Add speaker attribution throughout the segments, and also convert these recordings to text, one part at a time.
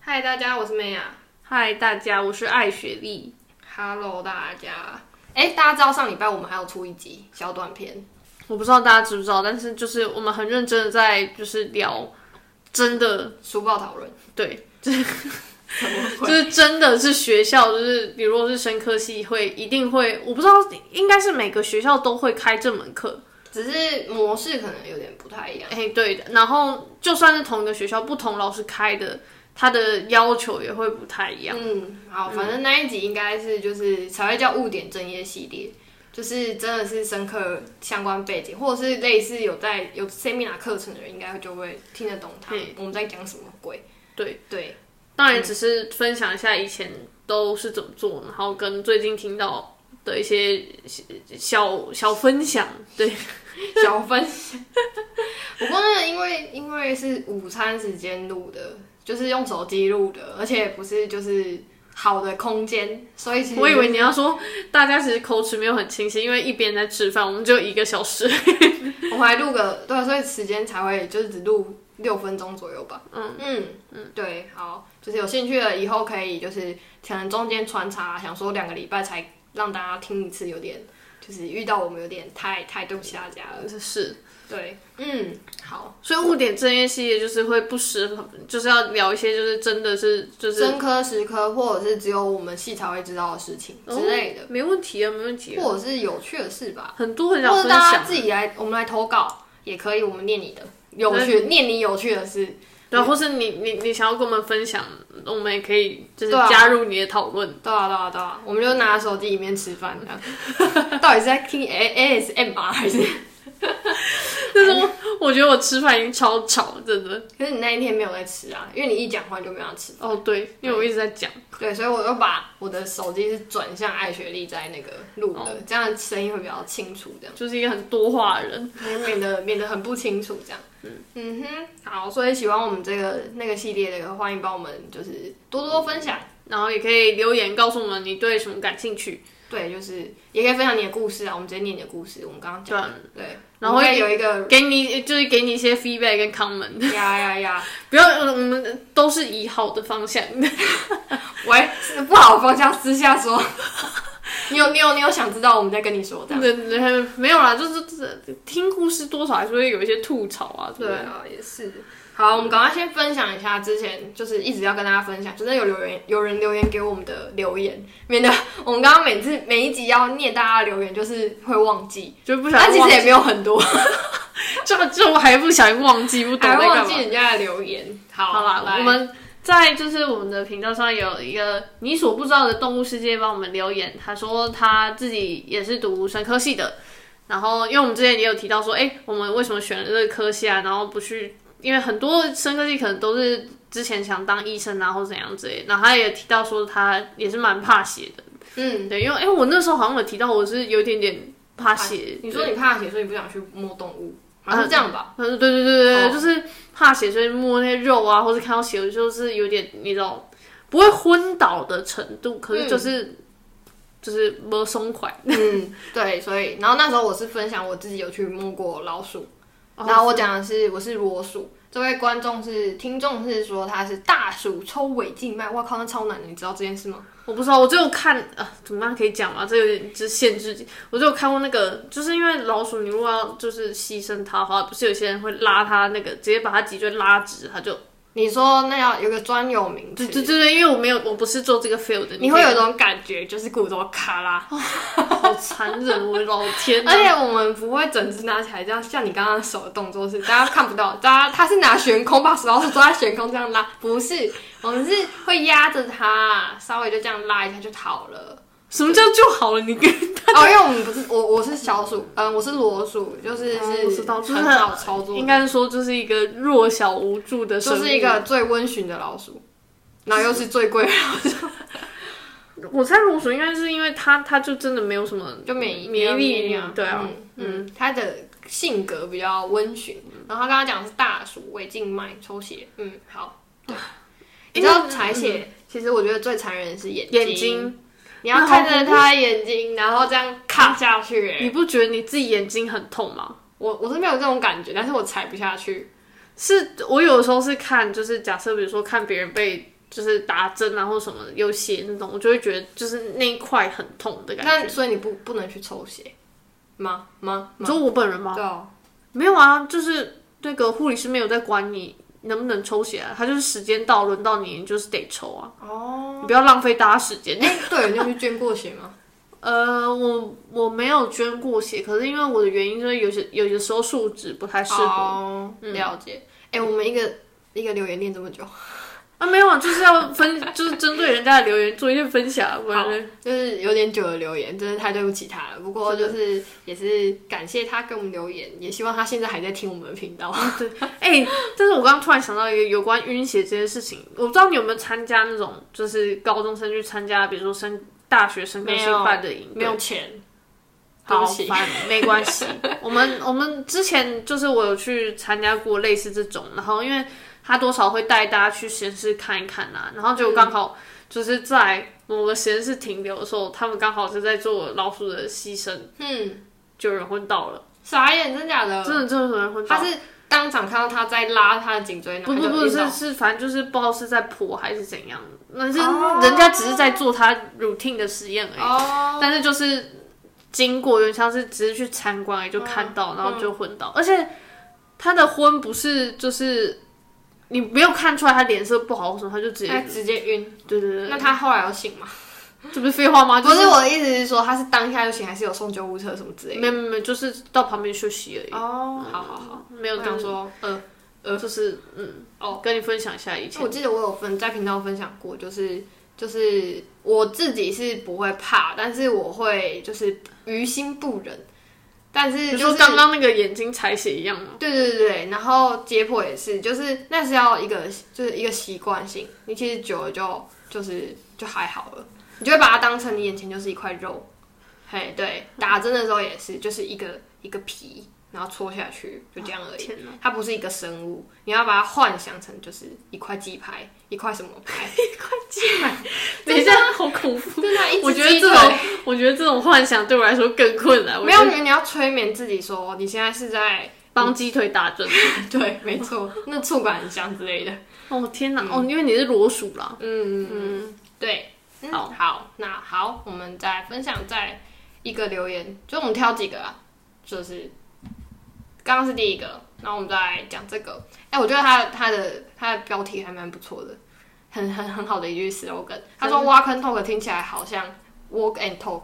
Speaker 1: 嗨，大家，我是美雅。
Speaker 2: 嗨，大家，我是艾雪莉。
Speaker 1: Hello，大家。哎、大家知道上礼拜我们还有出一集小短片，
Speaker 2: 我不知道大家知不知道，但是就是我们很认真的在就是聊，真的
Speaker 1: 书报讨论。
Speaker 2: 对，
Speaker 1: 怎么
Speaker 2: 就
Speaker 1: 会？
Speaker 2: 是真的是学校，就是比如果是生科系会一定会，我不知道应该是每个学校都会开这门课。
Speaker 1: 只是模式可能有点不太一样。
Speaker 2: 哎、对的。然后就算是同一个学校，不同老师开的，他的要求也会不太一样。
Speaker 1: 嗯，好，反正那一集应该是就是才会叫误点正业系列，就是真的是深刻相关背景，或者是类似有在有 seminar 课程的人，应该就会听得懂他们我们在讲什么鬼。
Speaker 2: 对
Speaker 1: 对，
Speaker 2: 当然，只是分享一下以前都是怎么做，然后跟最近听到的一些小小分享。对。
Speaker 1: 小分享。不过呢，因为因为是午餐时间录的，就是用手机录的，而且不是就是好的空间，所以其实
Speaker 2: 我以为你要说大家其实口齿没有很清晰，因为一边在吃饭，我们只有一个小时。
Speaker 1: 我们还录个对啊，所以时间才会就是只录六分钟左右吧。嗯嗯嗯，对，好，就是有兴趣的以后可以就是可能中间穿插，想说两个礼拜才让大家听一次，有点就是遇到我们有点太太对不起大家了。
Speaker 2: 是，
Speaker 1: 对，嗯，好，
Speaker 2: 所以误点正业系列就是会不时，就是要聊一些就是真的是就是
Speaker 1: 真科实科或者是只有我们系才会知道的事情之类的，
Speaker 2: 哦没问题啊，没问题啊，
Speaker 1: 或者是有趣的事吧，
Speaker 2: 很多
Speaker 1: 或
Speaker 2: 很想
Speaker 1: 者
Speaker 2: 分
Speaker 1: 大家
Speaker 2: 享，
Speaker 1: 自己来，我们来投稿也可以，我们念你的有趣，念你有趣的事。
Speaker 2: 对啊，或是你你你想要跟我们分享，我们也可以就是
Speaker 1: 对啊
Speaker 2: 加入你的讨论。
Speaker 1: 对啊，对啊，对啊，我们就拿手机里面吃饭这样，到底是在听 A S M R 还是？
Speaker 2: 但是我我觉得我吃饭已经超吵，真的。
Speaker 1: 可是你那一天没有在吃啊，因为你一讲话你就没有要吃。
Speaker 2: 哦，对，因为我一直在讲，
Speaker 1: 对，所以我就把我的手机是转向艾雪莉在那个录的，这样声音会比较清楚，这样
Speaker 2: 就是一个很多话的人。
Speaker 1: 免得免得很不清楚这样。嗯哼，好，所以喜欢我们这个那个系列的，欢迎帮我们就是多多分享。
Speaker 2: 然后也可以留言告诉我们你对什么感兴趣，
Speaker 1: 对，就是也可以分享你的故事啊，我们直接念你的故事，我们刚刚
Speaker 2: 对
Speaker 1: 讲
Speaker 2: 啊
Speaker 1: 的。对，
Speaker 2: 然后
Speaker 1: 我们会有一个
Speaker 2: 给你就是给你一些 feedback 跟 comment。
Speaker 1: 呀呀呀，
Speaker 2: 不要，我们都是以好的方向。
Speaker 1: 喂，是不好的方向私下说。 你有你有你有想知道，我们再跟你说这样。
Speaker 2: 对，没有啦，就是这听故事多少还是会有一些吐槽啊。对不对，
Speaker 1: 啊，也是。好，我们赶快先分享一下之前就是一直要跟大家分享，就是有留言有人留言给我们的留言，免得我们刚刚每次每一集要念大家的留言，就是会忘记。
Speaker 2: 就不想
Speaker 1: 但其
Speaker 2: 忘
Speaker 1: 实，也没有很多，
Speaker 2: 这这我还不想忘记，不懂
Speaker 1: 还
Speaker 2: 在干
Speaker 1: 忘记
Speaker 2: 嘛。
Speaker 1: 人家的留言。好，
Speaker 2: 好啦，
Speaker 1: 来
Speaker 2: 我们在就是我们的频道上有一个你所不知道的动物世界，帮我们留言。他说他自己也是读生科系的，然后因为我们之前也有提到说，哎、我们为什么选了这个科系啊？然后不去，因为很多生科系可能都是之前想当医生啊，或怎样之类的。然后他也提到说，他也是蛮怕血的。
Speaker 1: 嗯，
Speaker 2: 嗯，对，因为哎、我那时候好像有提到我是有一点点怕血，
Speaker 1: 你说你怕血，所以你不想去摸动物，好像是这样吧？哦
Speaker 2: 嗯，对对对对对，就是怕血，所以摸那些肉啊，或者看到血，我就是有点那种不会昏倒的程度，可是就是、就是没松快。
Speaker 1: 嗯，对，所以然后那时候我是分享我自己有去摸过老鼠，
Speaker 2: 哦
Speaker 1: 然后我讲的是我是裸鼠。这位观众是听众是说他是大鼠抽尾静脉，哇靠，那超难的，你知道这件事吗？
Speaker 2: 我不知道，我只有看啊，怎么样可以讲吗？这有点就是限制级。我只有看过那个，就是因为老鼠，你如果要就是牺牲它的话，不是有些人会拉它那个，直接把它脊椎拉直，它就
Speaker 1: 你说那要有个专有名
Speaker 2: 对
Speaker 1: 词，
Speaker 2: 对对对，因为我没有，我不是做这个 field 的，
Speaker 1: 你
Speaker 2: 可
Speaker 1: 会
Speaker 2: 以
Speaker 1: 有一种感觉，就是骨头咔啦，
Speaker 2: 哦好残忍，我的老天 啊、
Speaker 1: 而且我们不会整只拿起来这样，像你刚刚手的动作是，大家看不到，大家他是拿悬空把手老鼠抓在悬空这样拉，不是，我们是会压着它，稍微就这样拉一下就好了。
Speaker 2: 什么叫就好了？你跟
Speaker 1: 哦，因为我们不是我我是小鼠，嗯，我是裸鼠，就是
Speaker 2: 哦
Speaker 1: 是
Speaker 2: 我知道就是
Speaker 1: 很少操作
Speaker 2: 应，该是说就是一个弱小无助的生
Speaker 1: 就
Speaker 2: 物，
Speaker 1: 是一个最温驯的老鼠，然后又是最贵的老鼠，
Speaker 2: 我猜如鼠应该是因为它它就真的没有什么
Speaker 1: 就嗯免
Speaker 2: 免疫
Speaker 1: 疫
Speaker 2: 力，对啊，，
Speaker 1: 嗯嗯，它的性格比较温驯，然后他刚刚讲的是大鼠胃静脉抽血，嗯，好，对，你知道采血，其实我觉得最残忍的是嗯眼睛，
Speaker 2: 眼睛，
Speaker 1: 你要看着他眼睛，然后这样卡下去，欸
Speaker 2: 你不觉得你自己眼睛很痛吗？
Speaker 1: 我我是没有这种感觉，但是我踩不下去。
Speaker 2: 是我有时候是看，就是假设比如说看别人被就是打针啊或什么有血那种，我就会觉得就是那一块很痛的感觉。
Speaker 1: 那所以你不不能去抽血吗？吗？
Speaker 2: 你说我本人吗？
Speaker 1: 对啊，
Speaker 2: 没有啊，就是那个护理师没有在管你能不能抽血、啊，他就是时间到，轮到你，你就是得抽啊。哦，你不要浪费大家时间。
Speaker 1: 哎，对，你有去捐过血吗？
Speaker 2: 呃，我我没有捐过血，可是因为我的原因，就是有些有些时候数值不太适合、
Speaker 1: 哦，了解。哎、我们一个一个留言念这么久，
Speaker 2: 啊，没有啊，就是要分，就是针对人家的留言做一些分
Speaker 1: 啊
Speaker 2: 享，啊不然
Speaker 1: 好，就是有点久的留言，真的太对不起他了。不过就是也是感谢他给我们留言，也希望他现在还在听我们的频道。
Speaker 2: 哎、但是我刚刚突然想到一个有关晕血这件事情，我不知道你有没有参加那种，就是高中生去参加，比如说升大学生科系办的营，
Speaker 1: 没有钱，对
Speaker 2: 好
Speaker 1: 不起，
Speaker 2: 烦，没关系。我们我们之前就是我有去参加过类似这种，然后因为他多少会带大家去实验室看一看啊，然后就刚好就是在某个实验室停留的时候，他们刚好是在做老鼠的牺牲，
Speaker 1: 嗯，
Speaker 2: 就有人昏倒了，
Speaker 1: 傻眼，真假的？
Speaker 2: 真的真的有人昏倒。
Speaker 1: 他是当场看到他在拉他的颈椎，然
Speaker 2: 不
Speaker 1: 后他
Speaker 2: 不
Speaker 1: 就
Speaker 2: 不
Speaker 1: 晕倒
Speaker 2: 是是，反正就是不知道是在破还是怎样，那是
Speaker 1: 哦
Speaker 2: 人家只是在做他 routine 的实验而已，
Speaker 1: 哦，
Speaker 2: 但是就是经过，有点像是只是去参观而已，就看到，然后就昏
Speaker 1: 嗯
Speaker 2: 倒，而且他的昏不是就是你没有看出来他脸色不好或什么，他就直
Speaker 1: 他
Speaker 2: 接
Speaker 1: 直接晕。
Speaker 2: 对对对，
Speaker 1: 那他后来有醒吗？
Speaker 2: 这不是废话吗？就
Speaker 1: 不是我的意思是说，他是当下就醒，还是有送救护车什么之类的？
Speaker 2: 没没没，就是到旁边休息而已，
Speaker 1: 哦，好好好，
Speaker 2: 没有
Speaker 1: 我
Speaker 2: 跟
Speaker 1: 想
Speaker 2: 你说，
Speaker 1: 说，呃，
Speaker 2: 呃，就是嗯哦，跟你分享一下以前
Speaker 1: 我记得我有分在频道分享过，就是就是我自己是不会怕，但是我会就是于心不忍，但
Speaker 2: 比
Speaker 1: 是
Speaker 2: 如
Speaker 1: 就
Speaker 2: 说
Speaker 1: 是
Speaker 2: 刚刚那个眼睛采血 一样吗？
Speaker 1: 嗯对对对对，然后解剖也是，就是那是要一个就是一个习惯性，你其实久了就就是就还好了，你就会把它当成你眼前就是一块肉。嘿，对，打针的时候也是，就是一个一个皮，然后戳下去，就这样而已。
Speaker 2: 哦天
Speaker 1: 它不是一个生物，你要把它幻想成就是一块鸡排，一块什么 排，
Speaker 2: 等一下，好恐怖！
Speaker 1: 真的，一
Speaker 2: 啊我
Speaker 1: 只
Speaker 2: 觉得
Speaker 1: 鸡
Speaker 2: 这
Speaker 1: 腿
Speaker 2: 种，我觉得这种幻想对我来说更困难。我
Speaker 1: 没
Speaker 2: 觉
Speaker 1: 有，
Speaker 2: 得
Speaker 1: 你要催眠自己说你现在是在
Speaker 2: 帮鸡腿打针。
Speaker 1: 对，没错，那触感很香之类的。
Speaker 2: 哦天哪！哦，因为你是裸鼠啦。
Speaker 1: 嗯嗯，对，嗯、
Speaker 2: 好
Speaker 1: 好，那好，我们再分享再一个留言，就我们挑几个啊，就是刚刚是第一个，然后我们再讲这个。哎、我觉得他他的他的标题还蛮不错的，很很很好的一句 slogan。他说挖坑 talk 听起来好像 walk and talk，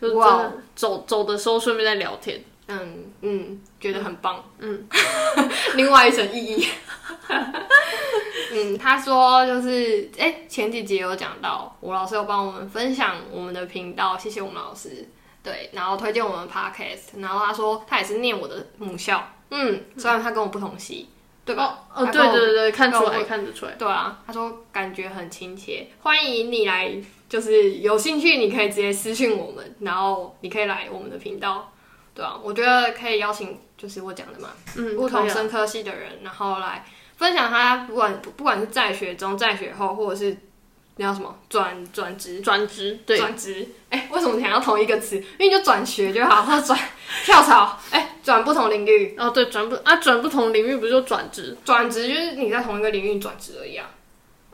Speaker 2: 就是真
Speaker 1: 哇
Speaker 2: 的走走的时候顺便在聊天，
Speaker 1: 嗯嗯，觉得很棒，嗯， 另外一层意义。嗯，他说就是，哎、前几集有讲到，吴老师有帮我们分享我们的频道，谢谢我们老师，对，然后推荐我们 podcast，然后他说他也是念我的母校，嗯，虽然他跟我不同系，对吧？
Speaker 2: 哦，
Speaker 1: 他
Speaker 2: 对
Speaker 1: 跟我
Speaker 2: 对对对，看出
Speaker 1: 跟
Speaker 2: 来看得出来。
Speaker 1: 对啊，他说感觉很亲切，欢迎你来，就是有兴趣你可以直接私讯我们，然后你可以来我们的频道，对啊，我觉得可以邀请，就是我讲的嘛，
Speaker 2: 嗯，
Speaker 1: 不同
Speaker 2: 可以啊啊
Speaker 1: 生科系的人，然后来分享他不管不管是在学中、在学后，或者是那叫什么转转职。
Speaker 2: 转职，对，
Speaker 1: 转职，哎、为什么想要同一个词？因为你就转学就好，或者转 跳槽，哎、转不同领域，
Speaker 2: 哦对，转不啊转不同领域不就转职？
Speaker 1: 转职就是你在同一个领域转职而已啊。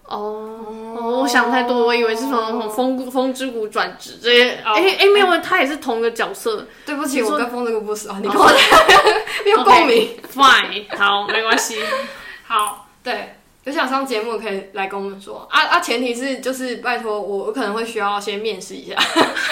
Speaker 2: 哦哦，我想太多，我以为是从从风谷风之谷转职这些。
Speaker 1: 哦
Speaker 2: 哎哎，没有，他也是同一个角色。
Speaker 1: 对不起，
Speaker 2: 你说
Speaker 1: 我跟风这个不熟，你跟我 没有共鸣。
Speaker 2: Fine，好，没关系。
Speaker 1: 好，对，有想上节目可以来跟我们说啊啊，前提是就是拜托我，我可能会需要先面试一下。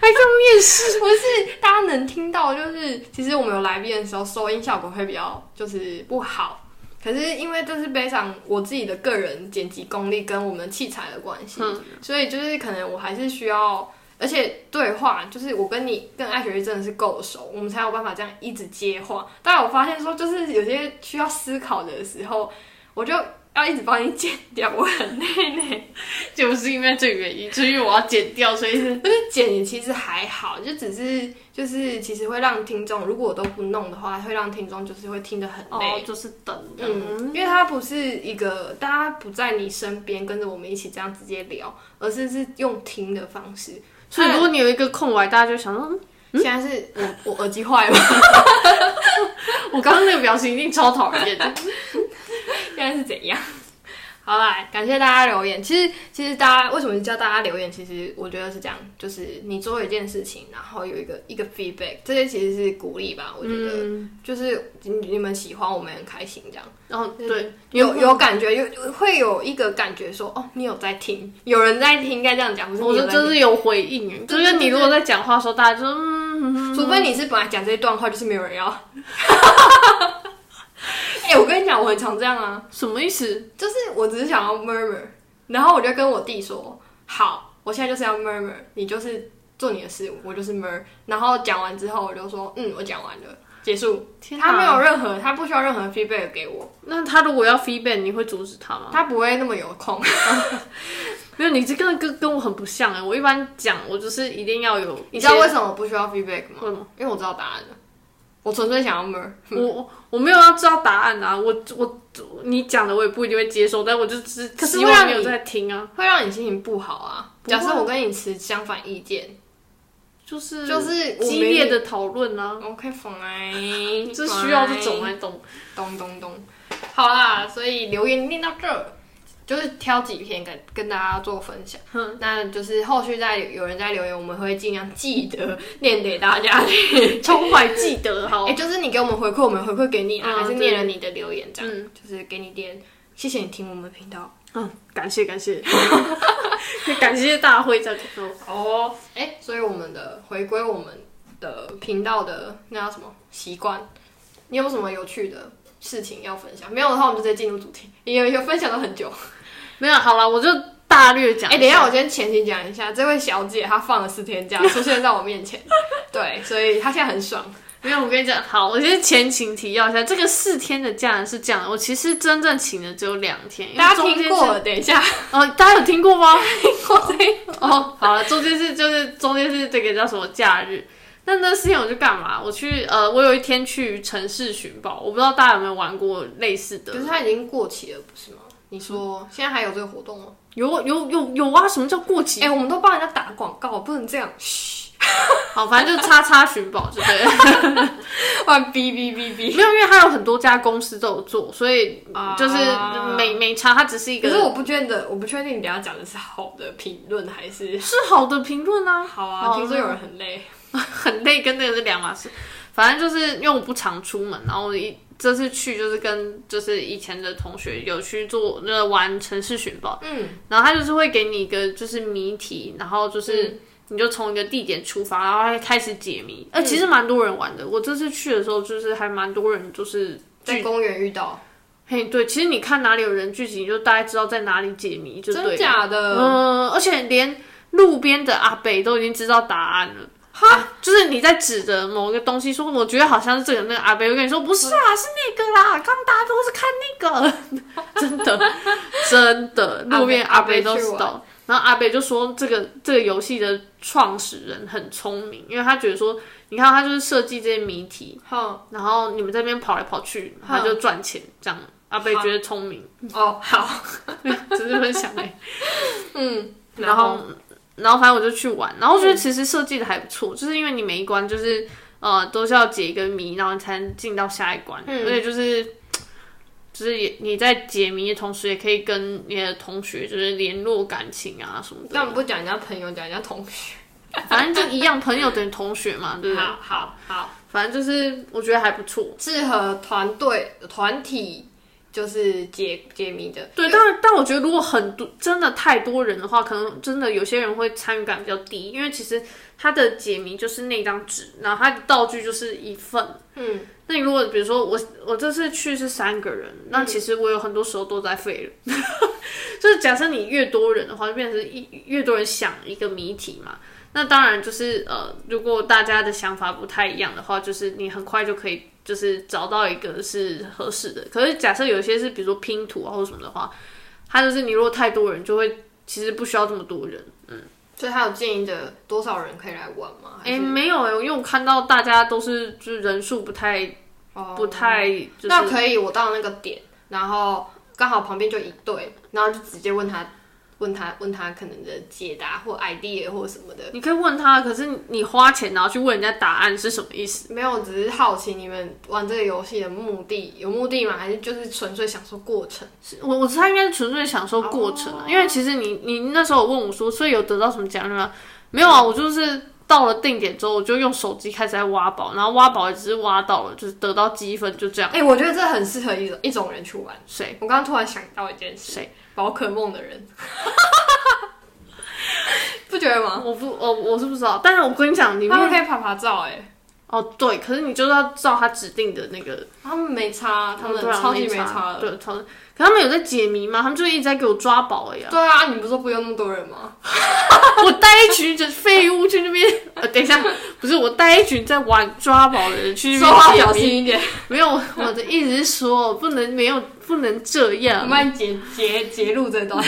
Speaker 2: 还这么面试？
Speaker 1: 不是大家能听到，就是其实我们有来宾的时候，收音效果会比较就是不好。可是因为这是背上我自己的个人剪辑功力跟我们器材的关系，
Speaker 2: 嗯
Speaker 1: 所以就是可能我还是需要，而且对话就是我跟你跟艾雪莉真的是够熟，我们才有办法这样一直接话。但我发现说，就是有些需要思考的时候，我就要一直帮你剪掉，我很累呢。
Speaker 2: 就是因为这个原因，就是因为我要剪掉，所以是
Speaker 1: 就是剪也其实还好，就只是就是其实会让听众，如果我都不弄的话，会让听众哦就是会听得很累。
Speaker 2: 就是等的。
Speaker 1: 嗯，因为它不是一个大家不在你身边跟着我们一起这样直接聊，而是是用听的方式。
Speaker 2: 所以如果你有一个空白，大家就想说，嗯
Speaker 1: 现在是我我耳机坏了，
Speaker 2: 我刚刚那个表情一定超讨厌的。
Speaker 1: 现在是怎样？ 好啦，感谢大家留言。其实，其实大家为什么叫大家留言？其实我觉得是这样，就是你做一件事情，然后有一个一个 feedback，这些其实是鼓励吧。我觉得、就是你你们喜欢，我们也很开心这样。
Speaker 2: 然后哦
Speaker 1: 嗯
Speaker 2: 对，
Speaker 1: 有有感觉，有会有一个感觉说，哦，你有在听，有人在听，应该这样讲，不是
Speaker 2: 我
Speaker 1: 你有
Speaker 2: 说
Speaker 1: 在
Speaker 2: 就
Speaker 1: 听。
Speaker 2: 是有回应，
Speaker 1: 对
Speaker 2: 就是
Speaker 1: 对
Speaker 2: 你如果在讲话的时候，大家就嗯，
Speaker 1: 除非你是本来讲这一段话，就是没有人要。哎、我跟你讲，我很常这样啊。
Speaker 2: 什么意思？
Speaker 1: 就是我只是想要 murmur，然后我就跟我弟说，好，我现在就是要 murmur，你就是做你的事，我就是 mur。然后讲完之后，我就说，嗯，我讲完了，结束。
Speaker 2: 天
Speaker 1: 他
Speaker 2: 哪
Speaker 1: 没有任何，他不需要任何 feedback 给我，
Speaker 2: 那他如果要 feedback，你会阻止他吗？
Speaker 1: 他不会那么有 空。
Speaker 2: 没有，你这个跟跟我很不像哎、我一般讲我就是一定要有一些，
Speaker 1: 你知道为什么我不需要 feedback 吗？
Speaker 2: 为什么？
Speaker 1: 因为我知道答案了，我纯粹想要 mur。
Speaker 2: 我我没有要知道答案啊，我我你讲的我也不一定会接受，但我就只
Speaker 1: 可是
Speaker 2: 希
Speaker 1: 会让
Speaker 2: 望你有
Speaker 1: 你
Speaker 2: 在听啊，
Speaker 1: 会让你心情不好啊！
Speaker 2: 不会
Speaker 1: 假设我跟你持相反意见，
Speaker 2: 就是
Speaker 1: 就是我
Speaker 2: 激
Speaker 1: 明
Speaker 2: 烈
Speaker 1: 明
Speaker 2: 的讨论啊，
Speaker 1: ，OK fine，
Speaker 2: 这需要这种啊，懂？
Speaker 1: 咚咚咚，好啦，所以留言念到这，就是挑几篇跟跟大家做分享。那就是后续再有人在留言，我们会尽量记得念给大家听。
Speaker 2: 充怀记得好
Speaker 1: 哎、，就是你给我们回馈，我们回馈给你啦，
Speaker 2: 嗯
Speaker 1: 还是念了你的嗯留言这样，就是给你点谢谢你听我们频道
Speaker 2: 嗯，感谢感谢， 感谢大会在说，
Speaker 1: 哦。哎、所以我们的回归我们的频道的那叫什么习惯？你有没有什么有趣的事情要分享？没有的话，我们就直接进入主题，因为有分享了很久。
Speaker 2: 没有好了，我就大略讲，
Speaker 1: 哎、等一下，我先前情讲一下，这位小姐她放了四天假，出现在我面 前，对，所以她现在很爽。
Speaker 2: 没有，我跟你讲，好，我先前情提要一下，这个四天的假是这样的，我其实真正请的只有两天，因为
Speaker 1: 大家
Speaker 2: 中间
Speaker 1: 听过了，等一 下，
Speaker 2: 是？哦，大家有听过吗？
Speaker 1: 听过这一
Speaker 2: 哦，好了，中间是就是中间是这个叫什么假日。那那四天我去干嘛？我去呃，我有一天去城市寻宝，我不知道大家有没有玩过类似的
Speaker 1: 可是她已经过期了，不是吗？你说现在还有这个活动吗？
Speaker 2: 有有有有啊？什么叫过期？
Speaker 1: 哎、我们都帮人家打广告，不能这样，嘘，
Speaker 2: 好，反正就叉叉寻宝就对了。
Speaker 1: 换哔哔哔哔。
Speaker 2: 没有，因为它有很多家公司都有做，所以
Speaker 1: 啊
Speaker 2: 就是没没差，它只是一
Speaker 1: 可
Speaker 2: 个
Speaker 1: 是我不确定，我不确定你等一下讲的是好的评论还是
Speaker 2: 是好的评论啊。
Speaker 1: 好啊？
Speaker 2: 哦
Speaker 1: 听说有人很累，
Speaker 2: 很累，跟那个是两码事。反正就是因为我不常出门，然后我一这次去就是跟就是以前的同学有去做那个玩城市寻宝，
Speaker 1: 嗯，
Speaker 2: 然后他就是会给你一个就是谜题，然后
Speaker 1: 嗯
Speaker 2: 就是你就从一个地点出发，然后他开始解谜。
Speaker 1: 嗯
Speaker 2: 呃，其实蛮多人玩的，我这次去的时候就是还蛮多人就是。
Speaker 1: 在公园遇到，
Speaker 2: 嘿，对，其实你看哪里有人聚集，你就大概知道在哪里解谜，就对了
Speaker 1: 真假的？
Speaker 2: 嗯，而且连路边的阿北都已经知道答案了。哈，就是你在指着某一个东西说，我觉得好像是这个，那个阿北会跟你说不是啊，是那个啦，刚大家都是看那个，真 的，真的，路边
Speaker 1: 阿
Speaker 2: 阿
Speaker 1: 北
Speaker 2: 北都知道。然后阿北就说，这个这个游戏的创始人很聪明，因为他觉得说，你看他就是设计这些谜题，
Speaker 1: 哼，
Speaker 2: 然后你们这边跑来跑去，
Speaker 1: 哼
Speaker 2: 他就赚钱，这样阿北觉得聪明，
Speaker 1: 哦，好，
Speaker 2: 只是分享
Speaker 1: 嗯，
Speaker 2: 然后，然后反正我就去玩，然后我觉得其实设计的还不错，就是因为你每一关就是呃都是要解一个谜，然后你才能进到下一关，
Speaker 1: 嗯
Speaker 2: 而且就是就是也你在解谜的同时，也可以跟你的同学就是联络感情啊什么
Speaker 1: 但我们
Speaker 2: 的，
Speaker 1: 不讲人家朋友，讲人家同学，
Speaker 2: 反正就一样，朋友等于同学嘛，对不对？
Speaker 1: 好好好。
Speaker 2: 反正就是我觉得还不错。
Speaker 1: 适合团队、团体，就是解解谜的。
Speaker 2: 对，但但我觉得如果很多真的太多人的话，可能真的有些人会参与感比较低，因为其实它的解谜就是那张纸，然后它的道具就是一份。嗯，那你如果比如说我我这次去是三个人，那其实我有很多时候都在废人， 就是假设你越多人的话，就变成是一越多人想一个谜题嘛。那当然就是呃，如果大家的想法不太一样的话，就是你很快就可以就是找到一个是合适的。可是假设有一些是比如说拼图啊或者什么的话，它就是你如果太多人就会其实不需要这么多人。
Speaker 1: 所以他有建议的多少人可以来玩吗？
Speaker 2: 哎、没有哎、因为我看到大家都是就是人数不太
Speaker 1: 哦，
Speaker 2: 不太就是
Speaker 1: 那可以，我到那个点，然后刚好旁边就一对，然后就直接问他问他问他可能的解答或 idea 或什么的。
Speaker 2: 你可以问他，可是你花钱然后去问人家答案是什么意思？
Speaker 1: 没有，只是好奇你们玩这个游戏的目的有目的吗？还是就是纯粹享受过程？
Speaker 2: 是我我猜应该是纯粹享受过程啊，因为其实你你那时候有问我说，所以有得到什么奖励吗？没有啊，我就是到了定点之后，我就用手机开始在挖宝，然后挖宝也只是挖到了，就是得到积分，就这样。
Speaker 1: 哎、我觉得这很适合一种一种人去玩。
Speaker 2: 谁？
Speaker 1: 我刚刚突然想到一件事，
Speaker 2: 谁？
Speaker 1: 宝可梦的 人，不觉得吗？
Speaker 2: 我不，我我是不知道，但是我跟你讲，里
Speaker 1: 他们
Speaker 2: 面
Speaker 1: 可以拍拍照、哎，
Speaker 2: 哦对，可是你就是要照他指定的那个，
Speaker 1: 他们没差，他们
Speaker 2: 对啊
Speaker 1: 超级没
Speaker 2: 差
Speaker 1: 差，的。
Speaker 2: 对，超级。可他们有在解谜吗？他们就一直在给我抓宝而已啊！
Speaker 1: 对啊，你不是说不用那么多人吗？
Speaker 2: 我带一群就是废物去那边， 呃，等一下，不是我带一群在玩抓宝的人去
Speaker 1: 说
Speaker 2: 那
Speaker 1: 话
Speaker 2: 边
Speaker 1: 小
Speaker 2: 解谜。
Speaker 1: 心一点，
Speaker 2: 没有，我的意思是说，不能没有，不能这
Speaker 1: 我
Speaker 2: 样。
Speaker 1: 们截截截录这段。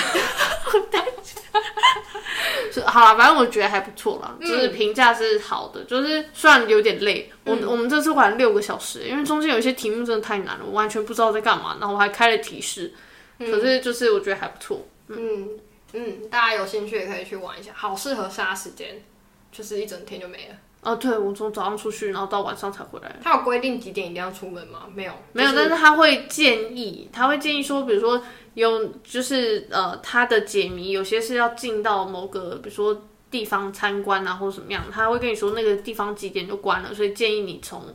Speaker 2: 是好啦，反正我觉得还不错啦，
Speaker 1: 嗯
Speaker 2: 就是评价是好的。就是虽然有点累，我、我们这次玩六个小时，因为中间有一些题目真的太难了，我完全不知道在干嘛。然后我还开了提示，可是就是我觉得还不错。
Speaker 1: 嗯嗯，大家有兴趣也可以去玩一下，好适合杀时间，就是一整天就没了。
Speaker 2: 哦、对，我从早上出去，然后到晚上才回来。
Speaker 1: 他有规定几点一定要出门吗？没有，
Speaker 2: 没有，但是他会建议，他会建议说，比如说有就是呃，他的解谜有些是要进到某个，比如说地方参观啊，或者怎么样，他会跟你说那个地方几点就关了，所以建议你从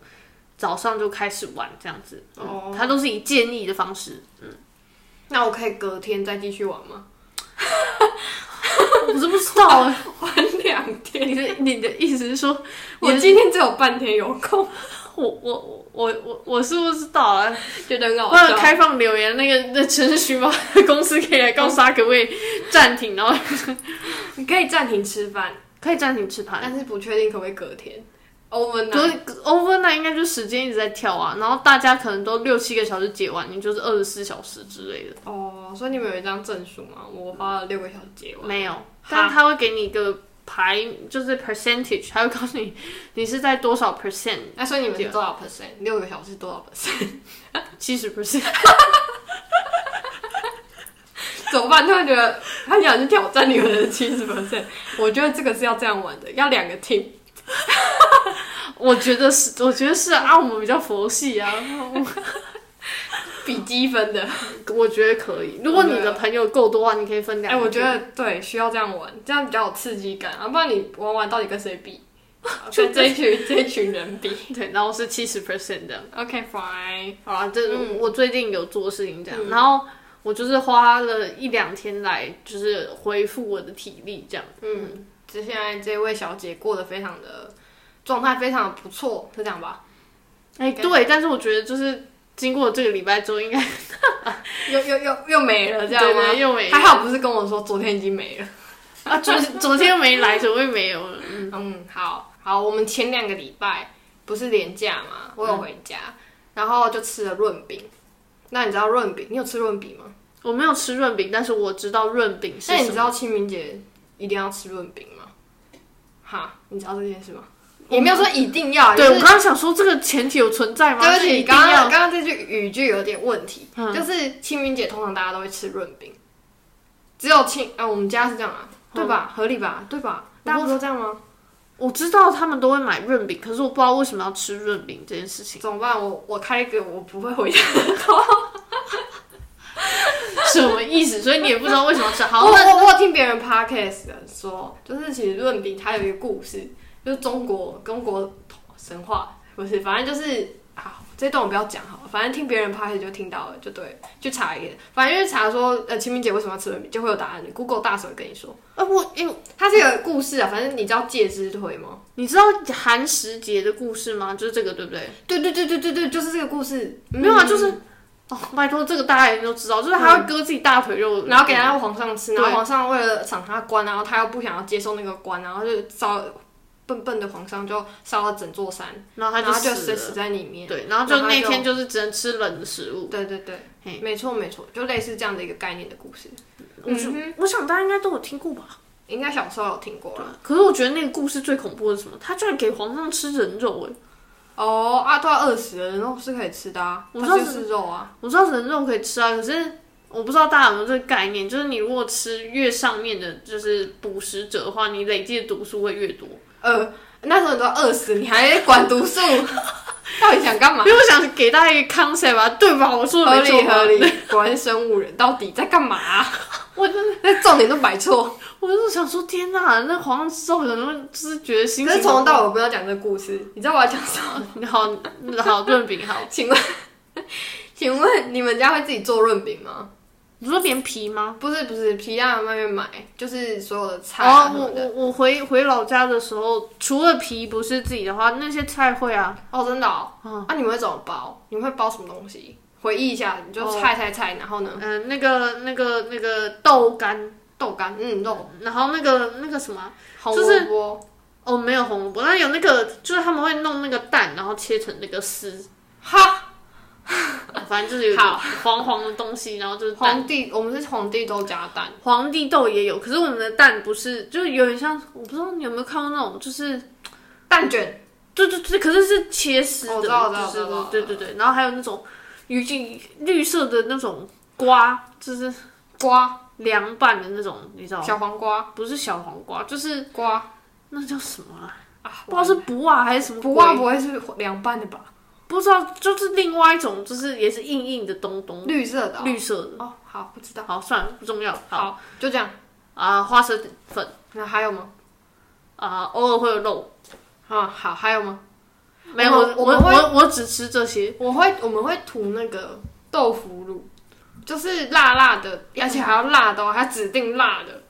Speaker 2: 早上就开始玩这样子。
Speaker 1: 哦
Speaker 2: 嗯，他都是以建议的方式，
Speaker 1: 那我可以隔天再继续玩 吗？
Speaker 2: 我是不知道啊。
Speaker 1: 玩两天，
Speaker 2: 你的你的意思是说，
Speaker 1: 我今天只有半天有空，
Speaker 2: 我我我我我是不知道啊。
Speaker 1: 觉得很好
Speaker 2: 为了
Speaker 1: 笑。
Speaker 2: 开放留言，那个那城市寻宝公司可以来告诉他可不可以暂停，然后
Speaker 1: 你可以暂停吃饭，
Speaker 2: 可以暂停吃饭。
Speaker 1: 但是不确定可不可以隔天。Over
Speaker 2: 可
Speaker 1: night，
Speaker 2: 是 overnight 应该就时间一直在跳啊，然后大家可能都六七个小时解完，你就是二十四小时之类的。
Speaker 1: 哦，所以你们有一张证书吗？我花了六个小时结完。
Speaker 2: 没有，但他会给你一个排，就是 percentage，他会告诉你你是在多少 percent，
Speaker 1: 那、所以你们是多少 percent？六个小时多少 percent？
Speaker 2: 七十 percent。
Speaker 1: 怎么办？他会觉得他想去挑战你们的七十 percent。我觉得这个是要这样玩的，要两个 team。
Speaker 2: 我觉得是，我觉得是啊，啊我们比较佛系啊，
Speaker 1: 比积分的，
Speaker 2: 我觉得可以。如果你的朋友够多的话，你可以分
Speaker 1: 哎、
Speaker 2: 两个。
Speaker 1: 我觉得对，需要这样玩，这样比较有刺激感啊！不然你玩完到底跟谁 比？跟这一群这一群人比。
Speaker 2: 对，然后是七十 percent 这样。
Speaker 1: OK fine，
Speaker 2: 好啊啦，这、
Speaker 1: 嗯
Speaker 2: 我最近有做事情这样，然后我就是花了一两天来，就是恢复我的体力这样。
Speaker 1: 嗯，这现在这位小姐过得非常的状态非常的不错，是这样吧？
Speaker 2: 哎、对，但是我觉得就是经过这个礼拜之后，应该
Speaker 1: 又又又又没了，这样
Speaker 2: 对
Speaker 1: 吗？啊
Speaker 2: 对又没
Speaker 1: 还好不是跟我说昨天已经没了。
Speaker 2: 啊，昨昨天没来，怎么会没有了？
Speaker 1: 嗯，好好，我们前两个礼拜不是连假嘛，我有回家，然后就吃了润饼。那你知道润饼？你有吃润饼吗？
Speaker 2: 我没有吃润饼，但是我知道润饼是
Speaker 1: 那你
Speaker 2: 什
Speaker 1: 知
Speaker 2: 么。
Speaker 1: 道清明节一定要吃润饼吗？哈，你知道这件事吗？也没有说一定要，
Speaker 2: 对
Speaker 1: 就
Speaker 2: 我
Speaker 1: 是
Speaker 2: 刚刚想说，这个前提有存在吗？
Speaker 1: 对不
Speaker 2: 是一
Speaker 1: 起，
Speaker 2: 定
Speaker 1: 刚刚
Speaker 2: 要嗯
Speaker 1: 刚刚这句语句有点问题，就是清明节通常大家都会吃润饼，只有清啊，我们家是这样啊，
Speaker 2: 嗯
Speaker 1: 对吧？合理吧？对吧？大家不都这样吗？
Speaker 2: 我知道他们都会买润饼，可是我不知道为什么要吃润饼这件事情。
Speaker 1: 怎么办？我我开一个我不会回家，
Speaker 2: 什么意思？所以你也不知道为什么要吃。
Speaker 1: 我
Speaker 2: 好，那
Speaker 1: 我我有听别人 podcast 的说，就是其实润饼它有一个故事，就是中国中国神话不是，反正就是啊，这段我不要讲好了，反正听别人 podcast 就听到了，就对了，去查一个，反正就是查说呃清明节为什么要吃润饼，就会有答案的，Google 大神跟你说。
Speaker 2: 呃，我因为
Speaker 1: 它是有个故事啊，反正你知道介之推吗？
Speaker 2: 你知道寒食节的故事吗？就是这个，对不对？
Speaker 1: 对对对对对对，就是这个故事。
Speaker 2: 没有啊，就是哦，拜托，这个大家一定都知道，就是他会割自己大腿肉，
Speaker 1: 嗯然后给他皇上吃，然后
Speaker 2: 对
Speaker 1: 皇上为了赏他官，然后他又不想要接受那个官，然后就烧笨笨的皇上就烧了整座山，
Speaker 2: 然后
Speaker 1: 然
Speaker 2: 他
Speaker 1: 后就
Speaker 2: 死
Speaker 1: 死
Speaker 2: 了
Speaker 1: 死在里面。
Speaker 2: 对，然后
Speaker 1: 然
Speaker 2: 就
Speaker 1: 后
Speaker 2: 那
Speaker 1: 就
Speaker 2: 天就是只能吃冷的食物。
Speaker 1: 对对对，没错没错，就类似这样的一个概念的故事，
Speaker 2: 我觉我想大家应该都有听过吧。
Speaker 1: 应该小时候有嗯听过啊了。
Speaker 2: 可是我觉得那个故事最恐怖的是什么？他居然给皇上吃人肉哎、
Speaker 1: 哦，啊，都要饿死了，人肉是可以吃的啊，
Speaker 2: 我
Speaker 1: 它
Speaker 2: 知道
Speaker 1: 就是肉啊。
Speaker 2: 我知道人肉可以吃啊，可是我不知道大家有没有这个概念，就是你如果吃越上面的，就是捕食者的话，你累积的毒素会越多。
Speaker 1: 呃，那时候你都饿死，你还管毒 素，到底想干嘛
Speaker 2: 因？为我想给大家一个 concept 吧，对吧？我说的
Speaker 1: 合
Speaker 2: 没错
Speaker 1: 理
Speaker 2: 吧
Speaker 1: 合理， 果然生物人到底在干嘛、
Speaker 2: 我真的，
Speaker 1: 那重点都摆错。
Speaker 2: 我就是想说，天哪，那皇上之后可能就是觉得心
Speaker 1: 可
Speaker 2: 情
Speaker 1: 是从头到尾不要讲这个故事，你知道我要讲什么？
Speaker 2: 好好润饼好，
Speaker 1: 请问，请问你们家会自己做润饼吗？
Speaker 2: 你说连皮吗？
Speaker 1: 不是不是，皮蛋外面买，就是所有的菜啊
Speaker 2: 哦，
Speaker 1: 什
Speaker 2: 我
Speaker 1: 么的。
Speaker 2: 我我回回老家的时候，除了皮不是自己的话，那些菜会啊，
Speaker 1: 哦，真的哦。啊，你们会怎么包？你们会包什么东西？回忆一下，你就
Speaker 2: 哦
Speaker 1: 菜菜菜，然后呢？
Speaker 2: 嗯、那个那个那个豆干，
Speaker 1: 豆干，嗯，肉，
Speaker 2: 然后那个那个什么啊，
Speaker 1: 红
Speaker 2: 就
Speaker 1: 萝卜，
Speaker 2: 哦，没有红萝卜，但有那个就是他们会弄那个蛋，然后切成那个丝，
Speaker 1: 哈，
Speaker 2: 反正就是有一个黄黄的东西，然后就是蛋。
Speaker 1: 皇帝，我们是皇帝都加蛋，
Speaker 2: 皇帝豆也有，可是我们的蛋不是，就是有点像，我不知道你有没有看过那种，就是
Speaker 1: 蛋卷，
Speaker 2: 对对对，可是是切丝
Speaker 1: 哦
Speaker 2: 的，
Speaker 1: 我知道我知道
Speaker 2: 就是
Speaker 1: 我知道嗯
Speaker 2: 对对对，然后还有那种鱼茎绿色的那种瓜，就是
Speaker 1: 瓜，
Speaker 2: 凉拌的那种，你知道吗？
Speaker 1: 小黄瓜，
Speaker 2: 不是小黄瓜，就是
Speaker 1: 瓜
Speaker 2: 那叫什么啊？
Speaker 1: 啊，
Speaker 2: 不知道是不啊还是什么
Speaker 1: 不
Speaker 2: 鬼
Speaker 1: 过不会是凉拌的吧？
Speaker 2: 不知道就是另外一种，就是也是硬硬的东东，
Speaker 1: 绿色的哦，
Speaker 2: 绿色的。
Speaker 1: 哦，好，不知道，
Speaker 2: 好，算了，不重要。好
Speaker 1: 好，就这样。
Speaker 2: 啊、花生粉
Speaker 1: 那还有吗？
Speaker 2: 啊、偶尔会有肉，
Speaker 1: 啊，好，还有吗？
Speaker 2: 没有，
Speaker 1: 我
Speaker 2: 我
Speaker 1: 们我们会
Speaker 2: 我我只吃这些。
Speaker 1: 我会，我们会涂那个豆腐乳，就是辣辣的，而且还要辣的哦，还指定辣的。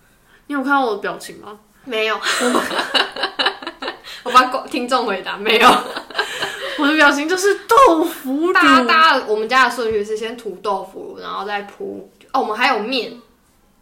Speaker 2: 你有看到我的表情吗？
Speaker 1: 没有， 我帮观听众回答没有。
Speaker 2: 我的表情就是豆腐乳。
Speaker 1: 大家大家，我们家的顺序是先涂豆腐乳，然后再铺。哦，我们还有面。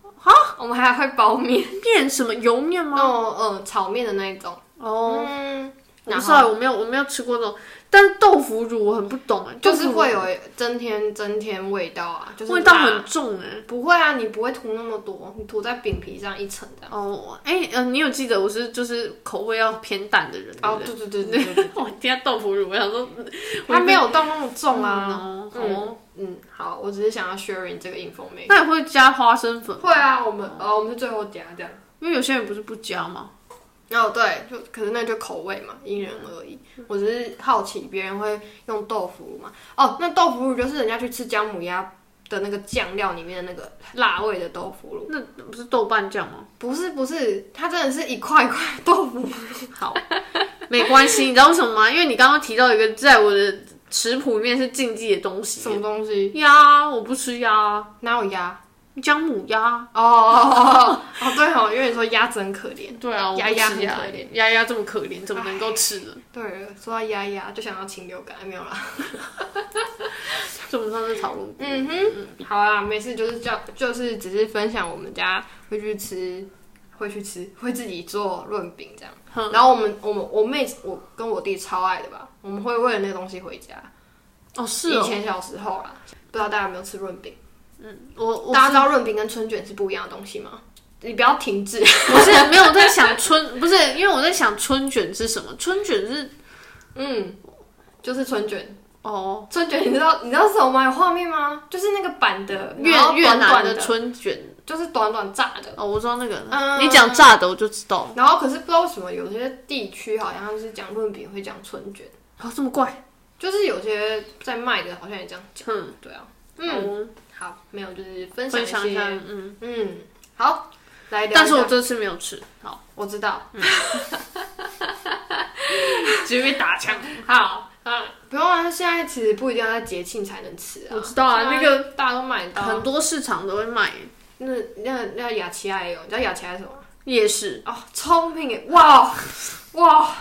Speaker 1: 啊，我们还会包面，
Speaker 2: 面什么油面吗？
Speaker 1: 哦，嗯，炒面的那一种。
Speaker 2: 哦，
Speaker 1: 嗯，
Speaker 2: 我
Speaker 1: 然
Speaker 2: 不
Speaker 1: 后
Speaker 2: 知道，我没有我没有吃过那种，但是豆腐乳我很不懂哎，
Speaker 1: 就是
Speaker 2: 豆腐乳
Speaker 1: 会有增添增添味道啊，就是
Speaker 2: 味道
Speaker 1: 辣
Speaker 2: 很重哎。
Speaker 1: 不会啊，你不会涂那么多，你涂在饼皮上一层的。
Speaker 2: 哦，哎、嗯、呃，你有记得我是就是口味要偏淡的人对不
Speaker 1: 哦，
Speaker 2: 对？
Speaker 1: 对对对对对，
Speaker 2: 我听到豆腐乳， 我想说
Speaker 1: 它没有到那么重啊。
Speaker 2: 嗯
Speaker 1: 嗯
Speaker 2: 哦，
Speaker 1: 嗯，好，我只是想要 sharing 这个 information。
Speaker 2: 那你会加花生粉吗？
Speaker 1: 会啊，我们哦，我们是最后加这样。
Speaker 2: 因为有些人不是不加吗？
Speaker 1: 哦，对，就可是那就口味嘛，因人而异。
Speaker 2: 嗯
Speaker 1: 我只是好奇别人会用豆腐乳嘛。哦，那豆腐乳就是人家去吃姜母鸭的那个酱料里面的那个辣味的豆腐乳，
Speaker 2: 那不是豆瓣酱吗？
Speaker 1: 不是不是，它真的是一块一块豆腐
Speaker 2: 好，没关系，你知道为什么吗？因为你刚刚提到一个在我的食谱里面是禁忌的东
Speaker 1: 什
Speaker 2: 西，
Speaker 1: 么东西？
Speaker 2: 鸭，我不吃鸭，
Speaker 1: 哪有鸭？
Speaker 2: 姜母鸭。
Speaker 1: 哦哦哦哦，对哦，因为你说鸭子很可怜。
Speaker 2: 对啊，我
Speaker 1: 鸭
Speaker 2: 不吃
Speaker 1: 鸭
Speaker 2: 鸭
Speaker 1: 很可怜
Speaker 2: 鸭鸭这么可怜，怎么能够吃呢？
Speaker 1: 对，说到鸭鸭，就想到禽流感，没有啦。
Speaker 2: 这我们上次讨论，
Speaker 1: 嗯哼，好啊，没事，就是叫，就是只是分享我们家会去吃，会去吃，会自己做润饼这样。然后我们，我们，我妹，我跟我弟超爱的吧，我们会为了那个东西回家。
Speaker 2: 哦是
Speaker 1: 以
Speaker 2: 哦，
Speaker 1: 前小时候啦，啊不知道大家有没有吃润饼？嗯
Speaker 2: 我我
Speaker 1: 大家知道润饼跟春卷是不一样的东西吗？你不要停滞。
Speaker 2: 不是没有我在想春，不是因为我在想春卷是什么？春卷是
Speaker 1: 嗯，就是春卷。
Speaker 2: 哦
Speaker 1: 春卷，你知道你知道是什么吗？有画面吗？就是那个板的，
Speaker 2: 越
Speaker 1: 然后
Speaker 2: 越
Speaker 1: 短
Speaker 2: 南
Speaker 1: 短
Speaker 2: 的春卷
Speaker 1: 就是短短炸的。
Speaker 2: 哦，我知道那个，
Speaker 1: 嗯
Speaker 2: 你讲炸的我就知道，
Speaker 1: 然后可是不知道为什么，有些地区好像是讲润饼会讲春卷，
Speaker 2: 哦这么怪，
Speaker 1: 就是有些在卖的好像也这样讲。
Speaker 2: 嗯，
Speaker 1: 对啊，嗯，
Speaker 2: 嗯，
Speaker 1: 好，没有就是分享
Speaker 2: 分享一
Speaker 1: 些，
Speaker 2: 下，嗯，
Speaker 1: 嗯，好，来聊一下。
Speaker 2: 但是我这次没有吃，好，
Speaker 1: 我知道，
Speaker 2: 直接被打枪，
Speaker 1: 好啊，不用啊，现在其实不一定要在节庆才能吃啊
Speaker 2: 我。知道啊，那
Speaker 1: 现在
Speaker 2: 个
Speaker 1: 大家都买得到，
Speaker 2: 很多市场都会卖，
Speaker 1: 那那那雅琪亚也有，你知道雅琪亚是什么吗？
Speaker 2: 夜市，
Speaker 1: 哦，聪明耶，哇哇，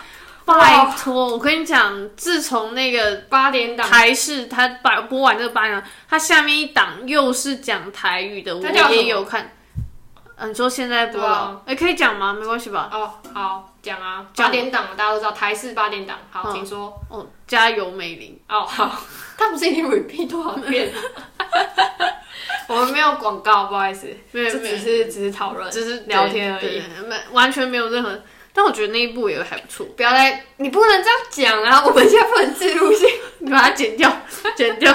Speaker 2: 拜托，我跟你讲，自从那个
Speaker 1: 八点档。
Speaker 2: 台式他把播完这个八点档，他下面一档又是讲台语的，我
Speaker 1: 它叫什么
Speaker 2: 也有看。嗯、你说现在播
Speaker 1: 对
Speaker 2: 了
Speaker 1: 啊，
Speaker 2: 哎、可以讲吗？没关系吧？
Speaker 1: 哦，好，讲啊，
Speaker 2: 讲
Speaker 1: 八点档大家都知道，台式八点档，好，请说。
Speaker 2: 哦，加油美玲，
Speaker 1: 哦，好， 他不是已经 repeat 多少遍？ 我们没有广告，不好意思，
Speaker 2: 没有
Speaker 1: 这
Speaker 2: 没有
Speaker 1: 只是只是讨论，
Speaker 2: 只是
Speaker 1: 聊天而，
Speaker 2: 对
Speaker 1: 已。
Speaker 2: 对对没完全没有任何。但我觉得那一部也还不 错，
Speaker 1: 不要再，你不能这样 讲啊！我们现在不能自入性。
Speaker 2: 你把它剪掉，剪掉。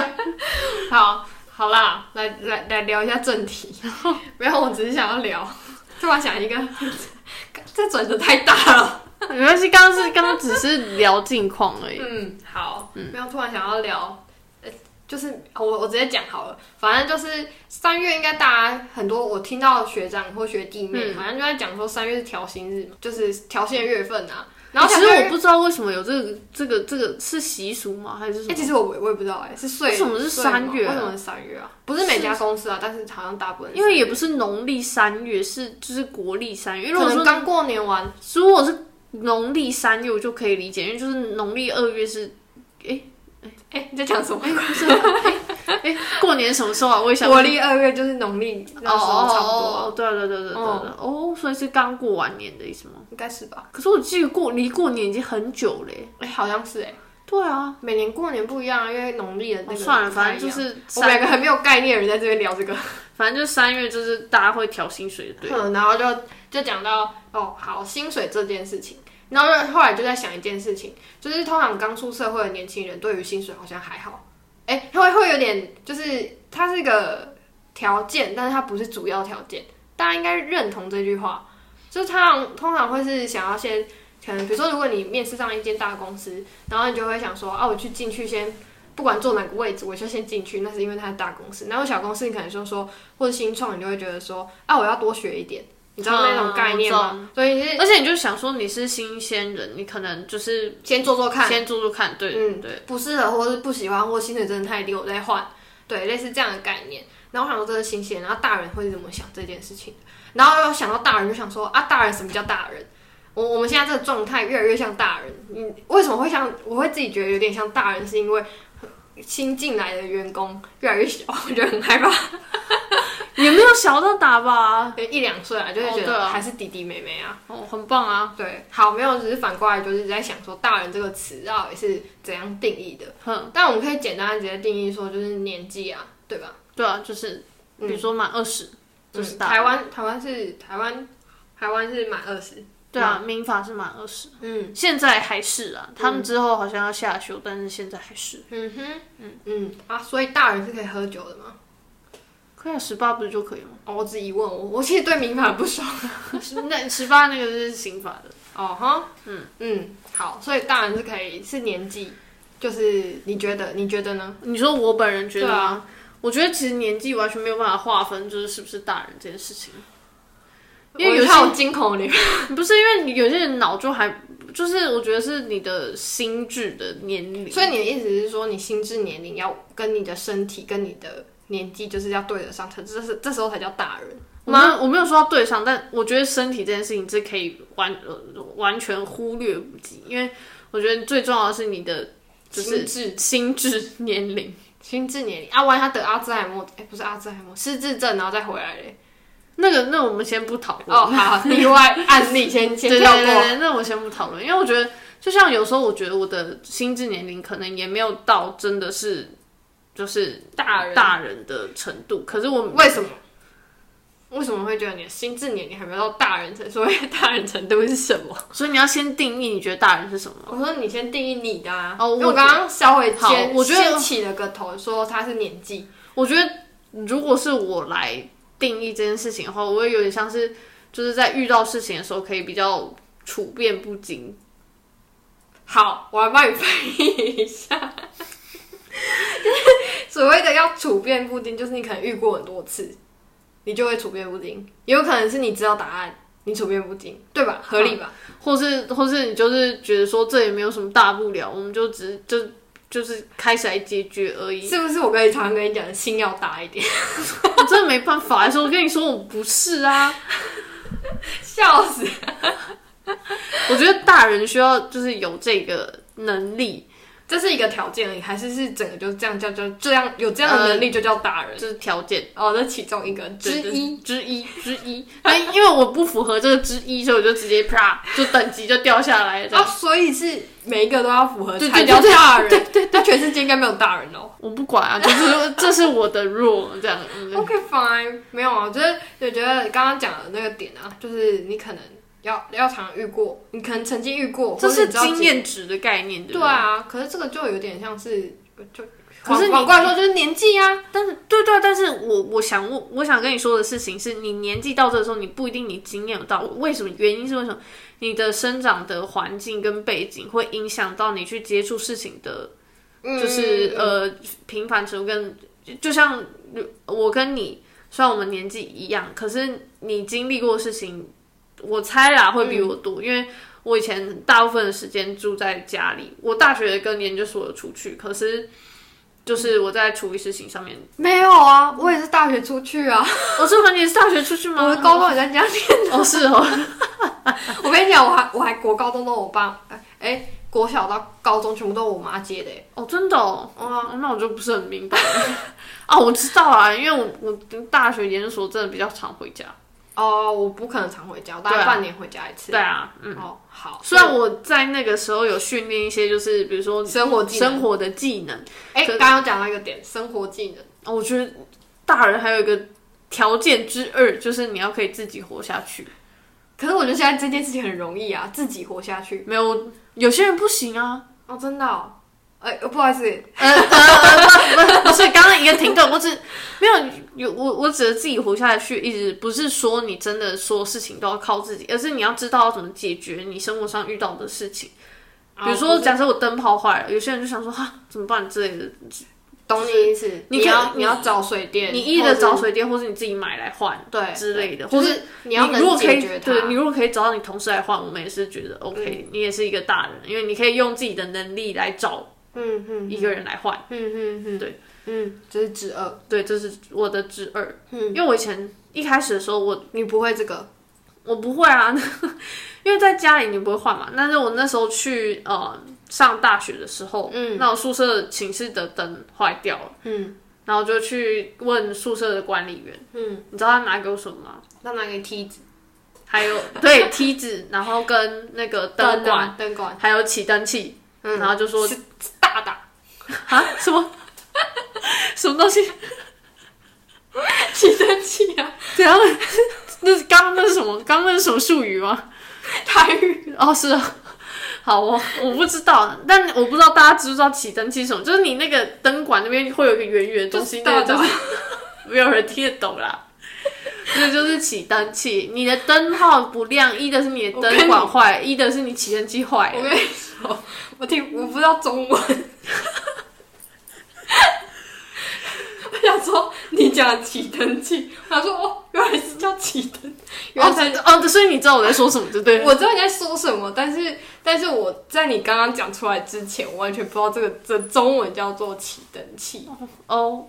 Speaker 1: 好，好啦，来来来聊一下正 题。没有，我只是想要聊， 突然想一个， 这转折太大了。
Speaker 2: 没关系，刚刚是刚刚只是聊近况而已。
Speaker 1: 嗯，好，没有，突然想要聊，呃，就是我我直接讲好了，反正就是三月应该大家很多，我听到学长或学弟
Speaker 2: 嗯
Speaker 1: 妹，反正就在讲说三月是调薪日嘛，就是调薪的月份啊。然后调
Speaker 2: 其实
Speaker 1: 薪的月
Speaker 2: 我不知道为什么有这个这个这个是习俗吗？还是什
Speaker 1: 哎、
Speaker 2: 么？
Speaker 1: 其实我我也不知道哎、是税
Speaker 2: 为什么是
Speaker 1: 税吗
Speaker 2: 三月啊
Speaker 1: 为什么是三月啊？不是每家公司啊，但是好像大部分是
Speaker 2: 因为也不是农历三月，是就是国历三月。因为如
Speaker 1: 可
Speaker 2: 果
Speaker 1: 能
Speaker 2: 说
Speaker 1: 刚过年完，
Speaker 2: 啊如果是农历三月，我就可以理解，因为就是农历二月是
Speaker 1: 哎、你在讲什么？
Speaker 2: 哎、不是吗，哎、哎过年什么时候啊？我也想
Speaker 1: 国历二月就是农历那时候差不多，
Speaker 2: 哦哦哦，对对对对对对，哦，所以是刚过完年的意思吗？
Speaker 1: 应该是吧？
Speaker 2: 可是我记得过离过年已经很久嘞。
Speaker 1: 哎、好像是哎、
Speaker 2: 对啊，
Speaker 1: 每年过年不一样啊，因为农历的那
Speaker 2: 哦
Speaker 1: 个、
Speaker 2: 算了，反正就。是
Speaker 1: 我们
Speaker 2: 三，
Speaker 1: 两个很没有概念的人在这边聊这个，
Speaker 2: 反正就是三月就是大家会调薪水，对，
Speaker 1: 嗯，然后就就讲到哦，好薪水这件事情，然后就后来就在想一件事情，就是通常刚出社会的年轻人对于薪水好像还好，哎、他会会有点就是它是一个条件，但是它不是主要条件，大家应该认同这句话，就是他通常通常会是想要先可能比如说如果你面试上一间大公司，然后你就会想说啊，我去进去先。不管坐哪个位置，我就先进去，那是因为它是大公司。然后小公司，你可能就说，或者新创，你就会觉得说，啊，我要多学一点，你知道那种概念吗？所以你是
Speaker 2: 而且你就想说你是新鲜人，你可能就是
Speaker 1: 先做做看，
Speaker 2: 先做做看，对，
Speaker 1: 嗯，
Speaker 2: 对，
Speaker 1: 对，不适合或是不喜欢或薪水真的太低，我再换，对，类似这样的概念。然后我想说这是新鲜，然后大人会怎么想这件事情？然后又想到大人就想说啊，大人什么叫大人？我我们现在这个状态越来越像大人。你为什么会像？我会自己觉得有点像大人，是因为新进来的员工越来越小，我觉得很害怕。
Speaker 2: 也没有小到打吧，
Speaker 1: 对一两岁啊，就会
Speaker 2: 哦
Speaker 1: 觉
Speaker 2: 对
Speaker 1: 得
Speaker 2: 啊
Speaker 1: 还是弟弟妹妹啊。
Speaker 2: 哦，很棒啊，
Speaker 1: 对，好，没有，只是反过来就是在想说“大人”这个词到底是怎样定义的。
Speaker 2: 哼，
Speaker 1: 嗯但我们可以简单地直接定义说，就是年纪啊，对吧？
Speaker 2: 对啊，就是比如说满二十就是
Speaker 1: 嗯、
Speaker 2: 大
Speaker 1: 台湾，台湾是台湾，台湾是满二十。
Speaker 2: 对啊，民法是满二十，
Speaker 1: 嗯
Speaker 2: 现在还是啊，他们之后好像要下修，但是现在还是。
Speaker 1: 嗯哼，嗯嗯啊，所以大人是可以喝酒的吗？
Speaker 2: 可以十八不是就可以吗？
Speaker 1: 哦，我只疑问我，我其实对民法 不熟。
Speaker 2: 那十八那个是刑法的，
Speaker 1: 哦哈，嗯嗯，好，所以大人是可以是年纪，就是你觉得你觉得呢？
Speaker 2: 你说我本人觉得
Speaker 1: 对
Speaker 2: 吗？我觉得其实年纪完全没有办法划分，就是是不是大人这件事情， 因为有
Speaker 1: 我
Speaker 2: 些
Speaker 1: 看我惊恐你，
Speaker 2: 不是因为你有些人脑就还就是我觉得是你的心智的年龄，
Speaker 1: 所以你的意思是说，你心智年龄要跟你的身体跟你的年纪就是要对得上，这这是这时候才叫大人。
Speaker 2: 我没有我没有说要对上，但我觉得身体这件事情是可以完、呃、完全忽略不计，因为我觉得最重要的是你的就
Speaker 1: 心
Speaker 2: 是
Speaker 1: 智
Speaker 2: 心智年龄，
Speaker 1: 心智年龄啊，万一他得阿兹海默，哎、不是阿兹海默，失智症，然后再回来嘞。
Speaker 2: 那个那我们先不讨论。
Speaker 1: 哦，好，例外案例先先
Speaker 2: 对
Speaker 1: 哦跳
Speaker 2: 对对
Speaker 1: 过。
Speaker 2: 对，那我先不讨论，因为我觉得，就像有时候我觉得我的心智年龄可能也没有到真的是就是
Speaker 1: 大人
Speaker 2: 大人的程度，可是我
Speaker 1: 为什么？为什么会觉得你的心智年龄还没有到大人程度？所谓大人程度是什么？
Speaker 2: 所以你要先定义你觉得大人是什么？
Speaker 1: 我说你先定义你的啊。
Speaker 2: 哦
Speaker 1: 因为
Speaker 2: 我
Speaker 1: 我刚刚稍微
Speaker 2: 好
Speaker 1: 先
Speaker 2: 我觉得
Speaker 1: 先起了个头，说他是年纪。
Speaker 2: 我觉得如果是我来定义这件事情的话，我会有点像是就是在遇到事情的时候可以比较处变不惊，
Speaker 1: 好，我来帮你翻译一下。所谓的要处变不惊，就是你可能遇过很多次，你就会处变不惊。也有可能是你知道答案，你处变不惊，对吧？合理吧？
Speaker 2: 或是或是你就是觉得说这也没有什么大不了，我们就只是就就是开始来解决而已。
Speaker 1: 是不是我跟你常常跟你讲，心要大一点？
Speaker 2: 我真的没办法，说我跟你说我不是啊，
Speaker 1: 笑死！
Speaker 2: 我觉得大人需要就是有这个能力，
Speaker 1: 这是一个条件而已，还是是整个就是这样叫叫这样有这样的能力就叫大人？
Speaker 2: 就是条件
Speaker 1: 哦，这其中一个之一。
Speaker 2: 一之一之一。那因为我不符合这个之一，所以我就直接啪就等级就掉下来了这样。
Speaker 1: 啊，所以是每一个都要符合
Speaker 2: 对
Speaker 1: 才
Speaker 2: 对
Speaker 1: 叫
Speaker 2: 对
Speaker 1: 大人。对对那全世界应该没有大人哦。
Speaker 2: 我不管啊，就是这是我的 rule 这样。嗯
Speaker 1: OK fine，没有啊，我觉得我觉得刚刚讲的那个点啊，就是你可能要要常遇过，你可能曾经遇过，
Speaker 2: 这
Speaker 1: 或者
Speaker 2: 是
Speaker 1: 你知道
Speaker 2: 经验值的概念，
Speaker 1: 结果。
Speaker 2: 对不
Speaker 1: 对啊，可是这个就有点像是就
Speaker 2: 可
Speaker 1: 往
Speaker 2: 是你
Speaker 1: 往过来说就是年纪啊，
Speaker 2: 但是对对，但是我我想我我想跟你说的事情是，你年纪到这的时候，你不一定你经验有到，为什么？原因是为什么？你的生长的环境跟背景会影响到你去接触事情的
Speaker 1: 嗯
Speaker 2: 就是、呃平凡程度跟就就像我跟你，虽然我们年纪一样，可是你经历过的事情，我猜啦会比我
Speaker 1: 嗯
Speaker 2: 多，因为我以前大部分的时间住在家里，我大学跟研究所有出去，可是就是我在处理事情上 面，
Speaker 1: 没有啊，我也是大学出去啊，
Speaker 2: 我是和你是大学出去吗？
Speaker 1: 我的高中也在家 念。
Speaker 2: 哦是哦，
Speaker 1: 我跟你讲，我还我还国高中都我爸，哎、国小到高中全部都我妈接的、欸。
Speaker 2: 哦真的哦，哦那我就不是很 明白啊，我知道啊，因为我我大学研究所真的比较常回家，
Speaker 1: 哦，我不可能常回家，我大
Speaker 2: 对
Speaker 1: 概
Speaker 2: 啊
Speaker 1: 半年回家一次。
Speaker 2: 对啊，嗯。
Speaker 1: 哦，好，
Speaker 2: 虽然我在那个时候有训练一些，就是比如说
Speaker 1: 生活技能
Speaker 2: 生活的技能，
Speaker 1: 哎，
Speaker 2: 可
Speaker 1: 刚刚讲到一个点，生活技能。
Speaker 2: 哦我觉得大人还有一个条件之二，就是你要可以自己活下去。
Speaker 1: 可是我觉得现在这件事情很容易啊，自己活下去。
Speaker 2: 没有有些人不行啊，
Speaker 1: 哦，真的、哦。哎、不好意思，
Speaker 2: 呃呃呃，不不是刚刚一个停顿，我只没有有我我指的自己活下去，一直不是说你真的说事情都要靠自己，而是你要知道要怎么解决你生活上遇到的事情。比如
Speaker 1: 哦
Speaker 2: 说，假设我灯泡坏了，有些人就想说哈怎么办之类的，
Speaker 1: 懂你意思，
Speaker 2: 你
Speaker 1: 你
Speaker 2: 可
Speaker 1: 要
Speaker 2: 你
Speaker 1: 你要找水电，
Speaker 2: 你一的
Speaker 1: 或者
Speaker 2: 找水电，或是你自己买来换，
Speaker 1: 对
Speaker 2: 之类的，
Speaker 1: 就
Speaker 2: 或
Speaker 1: 是你要
Speaker 2: 如
Speaker 1: 能
Speaker 2: 果可
Speaker 1: 解
Speaker 2: 以
Speaker 1: 决，它。
Speaker 2: 对你如果可以找到你同事来换，我们也是觉得 OK，、你也是一个大人，因为你可以用自己的能力来找
Speaker 1: 嗯嗯
Speaker 2: 一个人来换。
Speaker 1: 嗯嗯嗯，
Speaker 2: 对，
Speaker 1: 嗯，这是之二。嗯
Speaker 2: 对，这是我的之二。因为我以前一开始的时候，我
Speaker 1: 你不会这个，
Speaker 2: 我不会啊， 因为在家里你不会换嘛。但是我那时候去呃上大学的时候，嗯，那我宿舍寝室的灯坏掉了，嗯，然后就去问宿舍的管理员，嗯，你知道他拿给我什么吗？
Speaker 1: 那拿给梯子
Speaker 2: 还有对梯子，然后跟那个灯管，
Speaker 1: 啊 灯管，
Speaker 2: 还有起灯器，然后就说
Speaker 1: 嗯是是大的，
Speaker 2: 啊什么 什么东西？
Speaker 1: 起灯器啊，
Speaker 2: 怎样？那是刚刚那是什么？刚刚那是什么术语吗？
Speaker 1: 台 语
Speaker 2: 哦，是啊。好，我我不知道，但我不知道大家知不知道起灯器是什么，就是你那个灯管那边会有一个圆圆的东西，那个就是
Speaker 1: 是
Speaker 2: 没有人听得懂啦。这就是起灯器，你的灯号不亮，一的是你的
Speaker 1: 我跟
Speaker 2: 灯
Speaker 1: 你
Speaker 2: 管坏，一的是你起灯器坏
Speaker 1: 我
Speaker 2: 了。
Speaker 1: 跟你说，我听我不知道中文。 我想说，你讲起灯器，我想说哦，原来是叫起灯，原来
Speaker 2: 哦
Speaker 1: 才
Speaker 2: 哦，所以你知道我在说什么，对不对了？
Speaker 1: 我知道你在说什么，但是但是我在你刚刚讲出来之前，我完全不知道这个这中文叫做起灯器，
Speaker 2: 哦，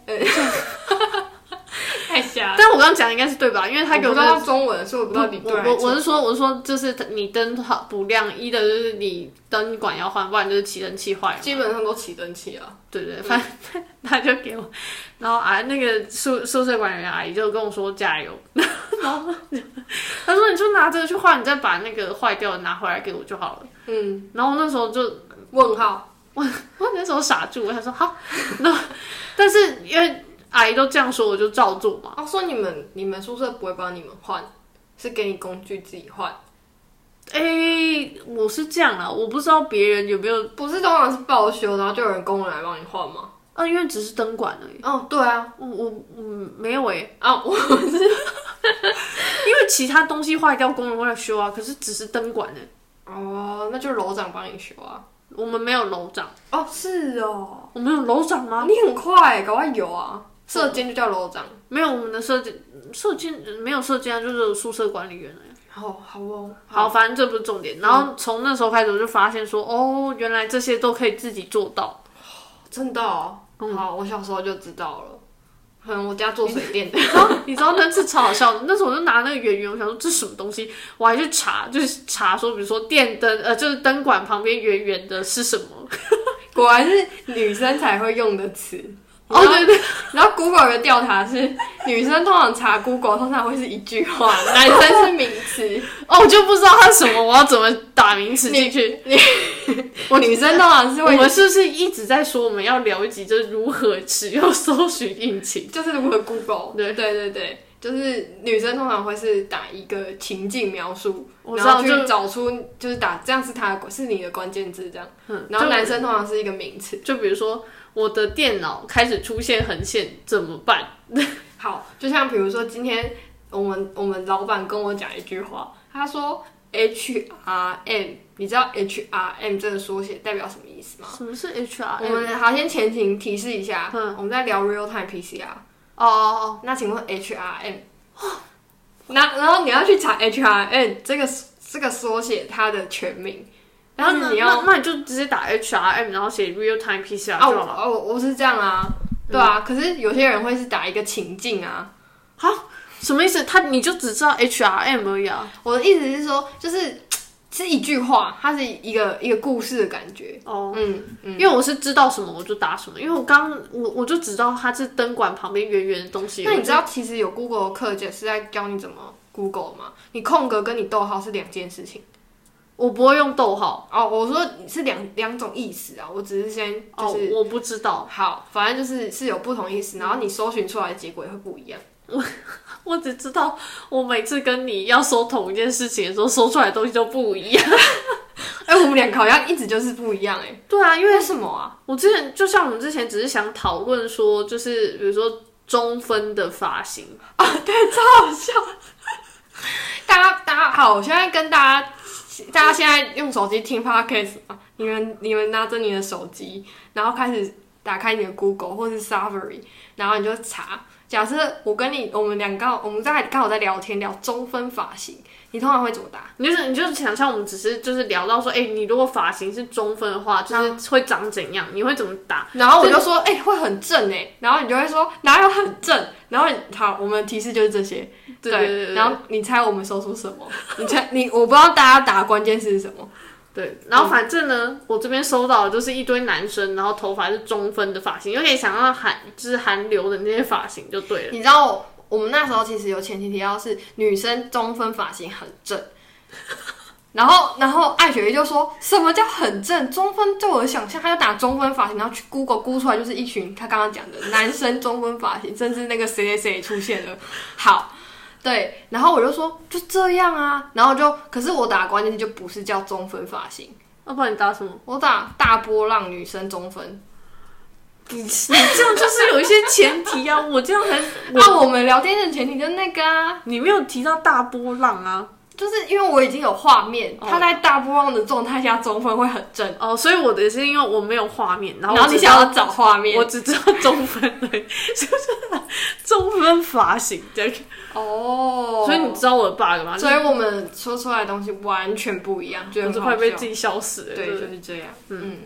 Speaker 1: 太瞎了。
Speaker 2: 但我刚刚讲的应该是对吧？因为他
Speaker 1: 我
Speaker 2: 给
Speaker 1: 不
Speaker 2: 我
Speaker 1: 知
Speaker 2: 那
Speaker 1: 道
Speaker 2: 个
Speaker 1: 中文，所以我不知道你
Speaker 2: 我
Speaker 1: 对还
Speaker 2: 我
Speaker 1: 是错
Speaker 2: 我是说我是说，就是你灯泡不亮，一的就是你灯管要换，不然就是起灯器坏了。
Speaker 1: 基本上都起灯器啊。
Speaker 2: 对对，对反正他就给我，然后啊，那个宿宿舍管理员阿姨就跟我说加油， 然后他说你就拿这个去换，你再把那个坏掉的拿回来给我就好了。
Speaker 1: 嗯，
Speaker 2: 然后我那时候就
Speaker 1: 问号，
Speaker 2: 我那时候傻住，我想说好，那但是因为阿姨都这样说，我就照做嘛。
Speaker 1: 哦，说你们你们宿舍不会帮你们换，是给你工具自己换，
Speaker 2: 哎、我是这样啦，我不知道别人有没有，
Speaker 1: 呃不是通常是报修，然后就有人工人来帮你换吗？
Speaker 2: 啊，因为只是灯管而已。
Speaker 1: 哦，对啊，
Speaker 2: 我我嗯没有哎、
Speaker 1: 啊，我
Speaker 2: 因为其他东西坏掉，工人会来修啊。可是只是灯管哎、
Speaker 1: 哦，那就楼长帮你修啊。
Speaker 2: 我们没有楼长，
Speaker 1: 哦，是哦，
Speaker 2: 我们有楼长吗？
Speaker 1: 你很快，搞快有啊，射箭就叫楼长。
Speaker 2: 没有，我们的设计设计没有设计啊，就是宿舍管理员而已。
Speaker 1: 哦，好哦，
Speaker 2: 好，反正这不是重点。然后从那时候开始，我就发现说，哦，原来这些都可以自己做到。
Speaker 1: 真的哦，好，我小时候就知道了。可能我家做水电的，
Speaker 2: 然后你知道那次超好笑的，那时候我就拿那个圆圆，我想说这是什么东西，我还去查，就是查说，比如说电灯，呃，就是灯管旁边圆圆的是什么？
Speaker 1: 果然是女生才会用的词。
Speaker 2: 哦，对对，
Speaker 1: 然后 Google 有个调查是，女生通常查 Google 通常会是一句话，男生是名词。
Speaker 2: 哦，我就不知道它是什么，我要怎么打名词进去？
Speaker 1: 我女生通常是
Speaker 2: 我
Speaker 1: 会
Speaker 2: 们是不是一直在说我们要聊一集，就是如何使用搜寻引擎？
Speaker 1: 就是如何 Google，
Speaker 2: 对
Speaker 1: 对对对，就是女生通常会是打一个情境描述，
Speaker 2: 我知
Speaker 1: 然后去
Speaker 2: 道，就嗯
Speaker 1: 找出就是打这样是他的是你的关键字这样，
Speaker 2: 嗯
Speaker 1: 然后
Speaker 2: 就
Speaker 1: 男生通常是一个名词。
Speaker 2: 就比如说我的电脑开始出现横线怎么办？
Speaker 1: 好，就像比如说今天我们我们老板跟我讲一句话，他说 H R M，你知道 H R M 这个缩写代表什么意思吗？
Speaker 2: 什么是
Speaker 1: 我
Speaker 2: HR？
Speaker 1: 们好，先前情提示一下，
Speaker 2: 嗯
Speaker 1: 我们在聊 real time PCR，
Speaker 2: 哦哦
Speaker 1: 那请问 HRM，那然后你要去查 HRM 这个这个缩写它的全名，
Speaker 2: 哦，
Speaker 1: 然后你要
Speaker 2: 那那那你就直接打 HRM，然后写 real time PCR
Speaker 1: 啊
Speaker 2: 就
Speaker 1: 我
Speaker 2: 好了。
Speaker 1: 啊我我是这样啊，对
Speaker 2: 嗯
Speaker 1: 啊，可是有些人会是打一个情境啊，
Speaker 2: 什么意思？他你就只知道 HRM 而已啊？
Speaker 1: 我的意思是说，就是是一句话，它是一个一个故事的感觉，
Speaker 2: 哦，
Speaker 1: 嗯嗯，
Speaker 2: 因为我是知道什么我就打什么，因为我刚我我就只知道它是灯管旁边圆圆的东西。
Speaker 1: 那你知道其实有 Google 的课件是在教你怎么 Google 吗？你空格跟你逗号是两件事情。
Speaker 2: 我不会用逗号，
Speaker 1: 哦，我说是两两种意思啊，我只是先就是。
Speaker 2: 哦，我不知道，
Speaker 1: 好，反正就是是有不同意思，然后你搜寻出来的结果也会不一样。
Speaker 2: 我只知道我每次跟你要搜同一件事情的时候，搜出来的东西都不一样。
Speaker 1: 哎、我们两个好像一直就是不一样哎、
Speaker 2: 对啊，因为
Speaker 1: 为什么啊？
Speaker 2: 我之前就像我们之前只是想讨论说，就是比如说中分的发型，
Speaker 1: 大家大家好，我现在跟大家，大家现在用手机听 podcast 嘛，你们你们拿着你的手机，然后开始打开你的 Google 或是 Safari，然后你就查。假设我跟你，我们两个，我们在刚好在聊天聊中分发型，你通常会怎么打？
Speaker 2: 你就是你就是想象我们只是就是聊到说，哎、你如果发型是中分的话，就是会长怎样？你会怎么打？
Speaker 1: 然后我就说，哎、会很正哎、然后你就会说哪有很正？然后你好，我们的提示就是这些。
Speaker 2: 对对对对
Speaker 1: 然后你猜我们搜出什么？ 你猜你，我不知道大家打的关键字是什么。
Speaker 2: 对，然后反正呢，我这边收到的就是一堆男生，然后头发是中分的发型，有点想要韩就是韩流的那些发型就对了。
Speaker 1: 你知道我们那时候其实有前提提到是女生中分发型很正， 然后然后艾雪一就说什么叫很正？中分对我的想象，她就打中分发型，然后去 Google 估出来就是一群她刚刚讲的男生中分发型，甚至那个谁谁谁也出现 了。好。对，然后我就说就这样啊，然后就可是我打关键字就不是叫中分发型，
Speaker 2: 要啊不然你打什么？
Speaker 1: 我打大波浪女生中分，
Speaker 2: 你你这样就是有一些前提啊，我这样 才我、
Speaker 1: 啊那我们聊天的前提就那个啊，
Speaker 2: 你没有提到大波浪啊，
Speaker 1: 就是因为我已经有画面，
Speaker 2: 哦
Speaker 1: 他在大波浪的状态下中分会很正，
Speaker 2: 哦，所以我的是因为我没有画面，然
Speaker 1: 然
Speaker 2: 后
Speaker 1: 后
Speaker 2: 我
Speaker 1: 你
Speaker 2: 只
Speaker 1: 想
Speaker 2: 知
Speaker 1: 要
Speaker 2: 道
Speaker 1: 找画面
Speaker 2: 我，只知道中分而已，就是中分发型这样。
Speaker 1: 哦
Speaker 2: 所以你知道我的 bug 吗？
Speaker 1: 所以我们说出来的东西完全不一样，觉
Speaker 2: 我
Speaker 1: 得
Speaker 2: 就
Speaker 1: 很
Speaker 2: 快
Speaker 1: 好
Speaker 2: 被
Speaker 1: 笑
Speaker 2: 自己笑死了。
Speaker 1: 对，
Speaker 2: 真
Speaker 1: 就
Speaker 2: 的
Speaker 1: 是这样，嗯，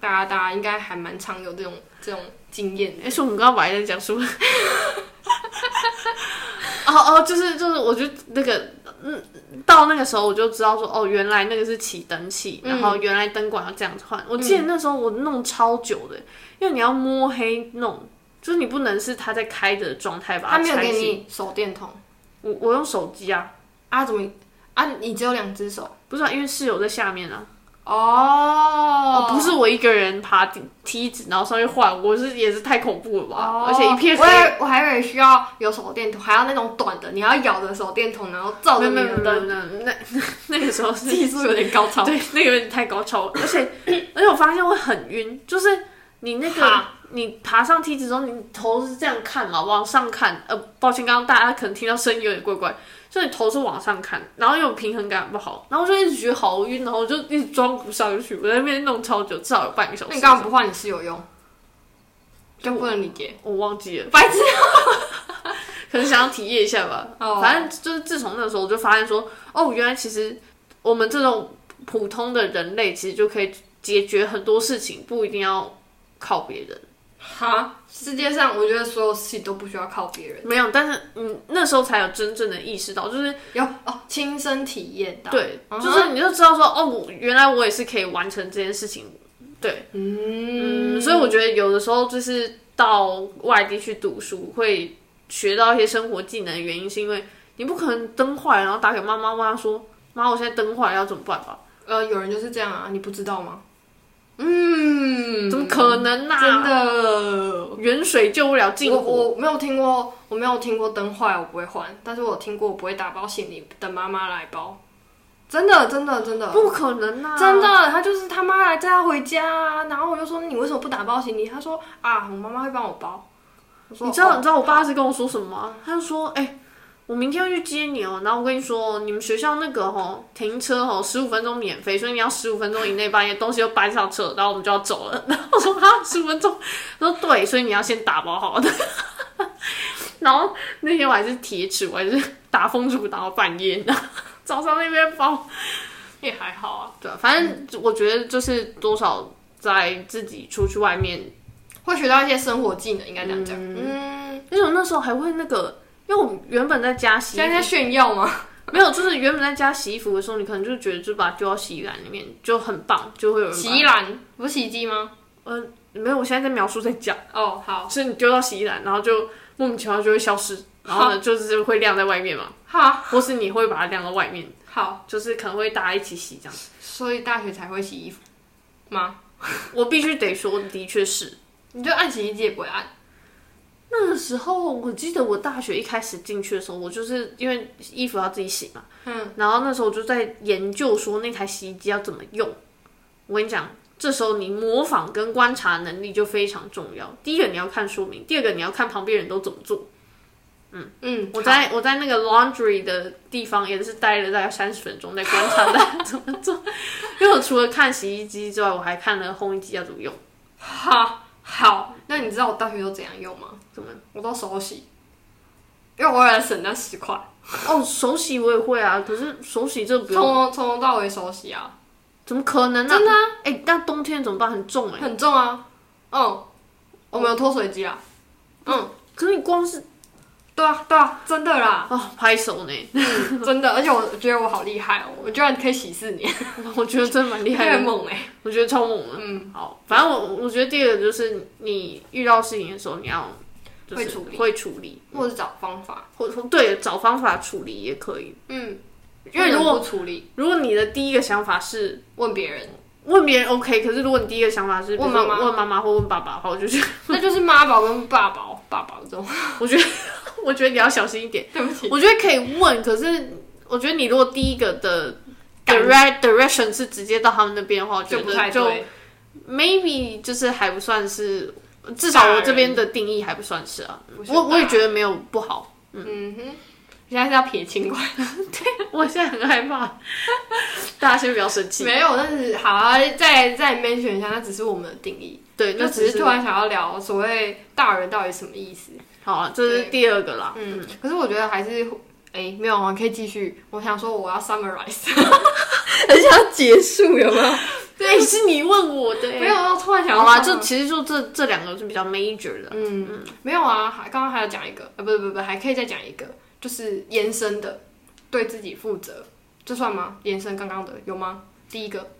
Speaker 1: 大家大家应该还蛮常有这种这种经验的
Speaker 2: 哎、，是我们刚刚白在讲什 么？哦哦，就是就是，我就那个，嗯，到那个时候我就知道说，哦，原来那个是起灯器，
Speaker 1: 嗯
Speaker 2: 然后原来灯管要这样子换。我记得那时候我弄超久的，因为你要摸黑弄，就是你不能是它在开着的状态把
Speaker 1: 他
Speaker 2: 它
Speaker 1: 没有
Speaker 2: 拆
Speaker 1: 给
Speaker 2: 卸。
Speaker 1: 你手电筒
Speaker 2: 我我用手机啊，
Speaker 1: 啊？怎么啊？你只有两只手
Speaker 2: 不是、啊、因为室友在下面啊，
Speaker 1: 哦
Speaker 2: 哦，不是我一个人爬梯梯子然后上去换，我是也是太恐怖了吧，
Speaker 1: 哦
Speaker 2: 而且一片
Speaker 1: 我
Speaker 2: 黑。
Speaker 1: 还我还以为需要有手电筒，还要那种短的，你要咬着手电筒，然后照
Speaker 2: 没
Speaker 1: 着
Speaker 2: 有
Speaker 1: 你
Speaker 2: 没有
Speaker 1: 的
Speaker 2: 没有
Speaker 1: 灯，
Speaker 2: 没有，那那 那个时 候是
Speaker 1: 技术有点高超。
Speaker 2: 对，那个有点太高 超，而且而且我发现会很晕，就是你那个
Speaker 1: 哈
Speaker 2: 你爬上梯子之后，你头是这样看嘛，往上看。呃，抱歉，刚刚大家可能听到声音有点怪怪，所以你头是往上看，然后又有平衡感不好，然后我就一直觉得好晕，然后我就一直装不上去，我在那边弄超久，至少有半个小
Speaker 1: 那
Speaker 2: 时
Speaker 1: 你。干嘛不换你室友用？就不能理解，
Speaker 2: 我忘记了，
Speaker 1: 白痴。
Speaker 2: 可能想要体验一下吧。
Speaker 1: 哦
Speaker 2: 反正就是自从那时候，我就发现说，哦，原来其实我们这种普通的人类，其实就可以解决很多事情，不一定要靠别人。
Speaker 1: 哈，世界上我觉得所有事情都不需要靠别人，
Speaker 2: 没有，但是嗯，那时候才有真正的意识到，就是
Speaker 1: 有哦，亲身体验到。
Speaker 2: 对，
Speaker 1: 嗯哼
Speaker 2: 就是你就知道说，哦，我原来我也是可以完成这件事情。对，
Speaker 1: 嗯
Speaker 2: 嗯，所以我觉得有的时候就是到外地去读书，会学到一些生活技能，的原因是因为你不可能灯坏了，然后打给妈妈，妈妈说，妈，我现在灯坏了，要怎么办吧？
Speaker 1: 呃，有人就是这样啊，你不知道吗？嗯，
Speaker 2: 怎么可能呐、
Speaker 1: 真的。
Speaker 2: 远水救啊不了近
Speaker 1: 我
Speaker 2: 火。
Speaker 1: 我没有听过，我没有听过灯坏我不会换，但是我有听过不会打包行李等妈妈来包，真的真的真的
Speaker 2: 不可能啊呐、
Speaker 1: 真的，他就是他妈来载他回家啊，然后我就说你为什么不打包行李？他说啊，我妈妈会帮我包。我说
Speaker 2: 你知道、
Speaker 1: 哦
Speaker 2: 你知道我爸是跟我说什么吗？他就说，哎、我明天要去接你哦、然后我跟你说，你们学校那个吼停车吼十五分钟免费，所以你要十五分钟以内把你的东西都搬上车，然后我们就要走了。然后我说哈，十五分钟？他说对，所以你要先打包好的。然后那天我还是铁齿，我还是打风烛打到半夜，然后早上那边包
Speaker 1: 也还好啊，
Speaker 2: 对啊，反正我觉得就是多少在自己出去外面
Speaker 1: 会学到一些生活技能，应该这样讲。嗯，
Speaker 2: 而且哎我那时候还会那个，因为我原本在家洗
Speaker 1: 现在在炫耀吗？
Speaker 2: 没有，就是原本在家洗衣服的时候，你可能就觉得就把它丢到洗衣篮里面就很棒，就会有人把
Speaker 1: 洗衣篮不是洗衣机吗？
Speaker 2: 呃没有，我现在在描述在讲，
Speaker 1: 哦，好，
Speaker 2: 是你丢到洗衣篮，然后就莫名其妙就会消失，然后呢就是会晾在外面嘛，
Speaker 1: 好，
Speaker 2: 或是你会把它晾到外面，
Speaker 1: 好，
Speaker 2: 就是可能会大家一起洗这样。
Speaker 1: 所以大学才会洗衣服吗？
Speaker 2: 我必须得说，的确是。
Speaker 1: 你就按洗衣机也不会啊按，
Speaker 2: 那个时候，我记得我大学一开始进去的时候，我就是因为衣服要自己洗嘛，嗯，然后那时候我就在研究说那台洗衣机要怎么用。我跟你讲，这时候你模仿跟观察能力就非常重要。第一个你要看说明，第二个你要看旁边人都怎么做。
Speaker 1: 嗯，
Speaker 2: 我在我在那个 laundry 的地方也是待了大概三十分钟，在观察大家怎么做。因为我除了看洗衣机之外，我还看了烘衣机要怎么用。
Speaker 1: 好，好，那你知道我大学都怎样用吗？
Speaker 2: 怎么？
Speaker 1: 我都手洗，因为我为了省那十块，
Speaker 2: 哦，手洗我也会啊，可是手洗这不
Speaker 1: 从
Speaker 2: 用。
Speaker 1: 头从头到尾手洗啊，
Speaker 2: 怎么可能呢、
Speaker 1: 真的
Speaker 2: 啊？哎、那冬天怎么办？很重哎、
Speaker 1: 很重啊。嗯，我们有脱水机啊。嗯，
Speaker 2: 可是你光是
Speaker 1: 对啊，对啊，真的 啦，
Speaker 2: 啊拍手呢，
Speaker 1: 真的，而且我觉得我好厉害哦，我居然可以洗四年，
Speaker 2: 我觉得真的蛮厉害
Speaker 1: 太
Speaker 2: 的，
Speaker 1: 猛哎、
Speaker 2: 我觉得超猛的。嗯，好，反正我我觉得第二个就是你遇到事情的时候，你要就是
Speaker 1: 会处理
Speaker 2: 会处理，
Speaker 1: 或者找方法，
Speaker 2: 或或对找方法处理也可以。
Speaker 1: 嗯，
Speaker 2: 因为如
Speaker 1: 果嗯不处理，
Speaker 2: 如果你的第一个想法是
Speaker 1: 问别人，
Speaker 2: 问别人 OK，可是如果你第一个想法是比如
Speaker 1: 问妈
Speaker 2: 说
Speaker 1: 妈
Speaker 2: 问妈妈或问爸爸的话，我就觉得
Speaker 1: 那就是妈宝跟爸宝，爸宝这种，
Speaker 2: 我觉得 我觉得你要小心一点。
Speaker 1: 对不起，
Speaker 2: 我觉得可以问，可是我觉得你如果第一个的
Speaker 1: 感
Speaker 2: direct direction 是直接到他们那边的话，我觉
Speaker 1: 就不
Speaker 2: 得
Speaker 1: 太
Speaker 2: 就
Speaker 1: 对。
Speaker 2: maybe 就是还不算是，至少我这边的定义还不算是啊
Speaker 1: 不。是
Speaker 2: 我我也
Speaker 1: 大
Speaker 2: 觉得没有不好，
Speaker 1: 嗯哼，现在是要撇清关
Speaker 2: 我现在很害怕， 大家先不要生
Speaker 1: 系，
Speaker 2: 气。
Speaker 1: 没有，但是好啊，再再 mention 一下，那只是我们的定义，
Speaker 2: 对，那
Speaker 1: 就只是
Speaker 2: 是
Speaker 1: 突然想要聊所谓大人到底什么意思。
Speaker 2: 好啊，这是第二 个啦。
Speaker 1: 嗯，可是我觉得还是，哎、没有啊，可以继续。我想说我要 summarize，
Speaker 2: 很想结束有吗？对，是你问我的欸。
Speaker 1: 没有啊，突然想要
Speaker 2: 好
Speaker 1: summarize。
Speaker 2: 啊，就其实就这这两个是比较 major 的。
Speaker 1: 嗯，没有啊，还刚刚还有讲一个，呃，不是不是不是，还可以再讲一个，就是延伸的，对自己负责，这算吗？延伸刚刚的有吗？第一个，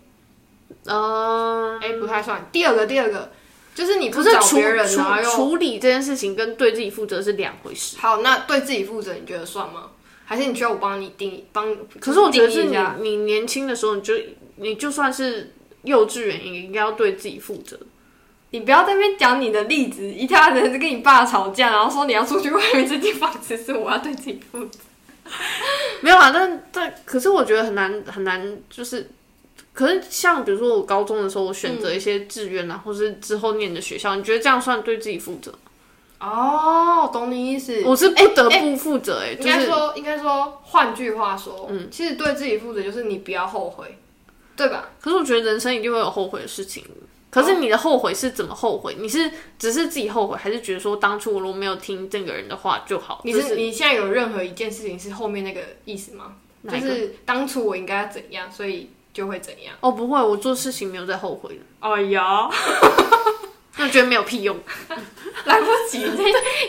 Speaker 2: 嗯，
Speaker 1: 哎、不太算。第二个，第二个，就是你
Speaker 2: 可
Speaker 1: 不
Speaker 2: 是
Speaker 1: 找
Speaker 2: 处
Speaker 1: 别人，然后
Speaker 2: 处
Speaker 1: 又
Speaker 2: 处理这件事情跟对自己负责是两回事。
Speaker 1: 好，那对自己负责，你觉得算吗？还是你需要我帮你定义？帮？
Speaker 2: 可是我觉得
Speaker 1: 定
Speaker 2: 是
Speaker 1: 义一
Speaker 2: 你
Speaker 1: 下
Speaker 2: 你年轻的时候，你就你就算是幼稚园，也应该要对自己负责。
Speaker 1: 你不要在那边讲你的例子，一下子跟你爸吵架，然后说你要出去外面这间房子是我要对自己负责。
Speaker 2: 没有啊，但但可是我觉得很难很难，就是可是像比如说我高中的时候，我选择一些志愿啊，或是之后念的学校，你觉得这样算对自己负责？
Speaker 1: 哦，懂你意思。
Speaker 2: 我是不得不负责哎、
Speaker 1: 应
Speaker 2: 就
Speaker 1: 该
Speaker 2: 是
Speaker 1: 说，应该说，换句话说，嗯，其实对自己负责就是你不要后悔，对吧？
Speaker 2: 可是我觉得人生一定会有后悔的事情。可是你的后悔是怎么后悔？你是只是自己后悔，还是觉得说当初我如果没有听这个人的话就好？
Speaker 1: 你、
Speaker 2: 就是
Speaker 1: 你现在有任何一件事情是后面那个意思吗？
Speaker 2: 哪
Speaker 1: 就
Speaker 2: 一个
Speaker 1: 是当初我应该要怎样，所以就会怎样。
Speaker 2: 哦，不会，我做事情没有在后悔的，
Speaker 1: 哎呀，
Speaker 2: 那觉得没有屁用。
Speaker 1: 来不及，在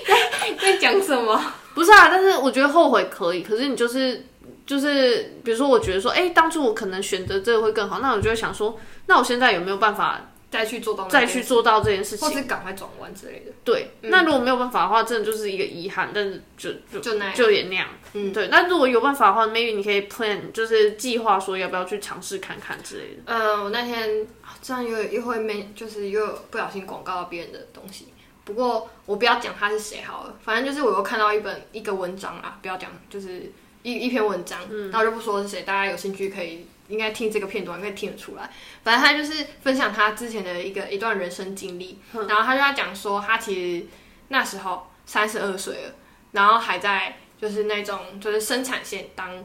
Speaker 1: 在在讲什么？
Speaker 2: 不是啊，但是我觉得后悔可以，可是你就是就是，比如说我觉得说，哎、当初我可能选择这个会更好，那我就会想说，那我现在有没有办法
Speaker 1: 再去做到那
Speaker 2: 再
Speaker 1: 件
Speaker 2: 去
Speaker 1: 事，嗯
Speaker 2: 做到这件事
Speaker 1: 或
Speaker 2: 情。
Speaker 1: 是赶快转弯之类的，
Speaker 2: 对，那如果没有办法的话，真的就是一个遗憾，但是就就
Speaker 1: 就那样
Speaker 2: 就也那样。嗯，对。那如果有办法的话，maybe 你可以 plan，就是计划说要不要去尝试看看之类的。
Speaker 1: 嗯，我那天啊这样又又会没，就是又不小心广告到别人的东西。不过我不要讲他是谁好了，反正就是我又看到一本一个文章啊，不要讲，就是一一篇文章，
Speaker 2: 嗯
Speaker 1: 那我就不说是谁，大家有兴趣可以应该听这个片段，可以听得出来。反正他就是分享他之前的一个一段人生经历，然后他就在讲说，他其实那时候三十二岁了，然后还在就是那种就是生产线当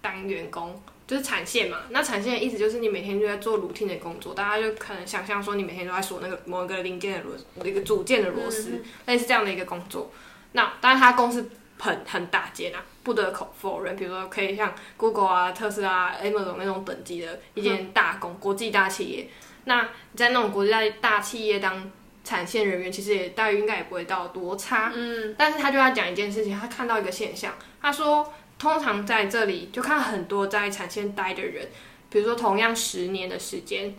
Speaker 1: 当员工，就是产线嘛。那产线的意思就是你每天就在做 routine 的工作，大家就可能想象说你每天都在锁那个某一个零件的螺丝，一个组件的螺丝，类似这样的一个工作。那当然，他公司很很大间啊，不得口否认。比如说，可以像 Google 啊、特斯拉、啊、Amazon 那种等级的一间大公、国际大企业。那你在那种国际大大企业当产线人员，其实也待遇应该也不会到多差。嗯，但是他就要讲一件事情，他看到一个现象，他说通常在这里就看很多在产线待的人，比如说同样十年的时间。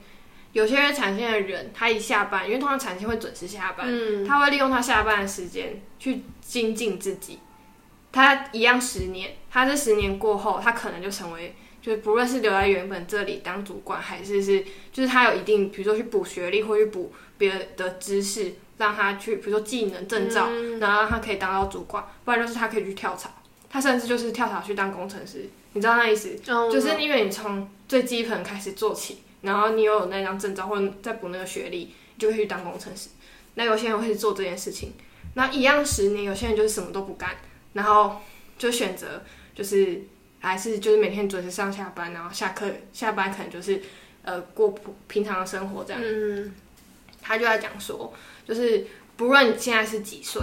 Speaker 1: 有些产线的人，他一下班，因为通常产线会准时下班，
Speaker 2: 嗯，
Speaker 1: 他会利用他下班的时间去精进自己。他一样十年，他这十年过后，他可能就成为，就是不论是留在原本这里当主管，还是是就是他有一定，比如说去补学历或去补别的知识，让他去，比如说技能证
Speaker 2: 嗯
Speaker 1: 照，然后让他可以当到主管，不然就是他可以去跳槽，他甚至就是跳槽去当工程师，你知道那意思？就
Speaker 2: 就是
Speaker 1: 因为你从最基本开始做起，然后你又有那张证照或者再补那个学历，你就会去当工程师。那有些人会去做这件事情，那一样十年，有些人就是什么都不干，然后就选择就是还是就是每天准时上下班，然后下课下班可能就是呃过普平常的生活这样。
Speaker 2: 嗯
Speaker 1: 他就在讲说，就是不论你现在是几岁，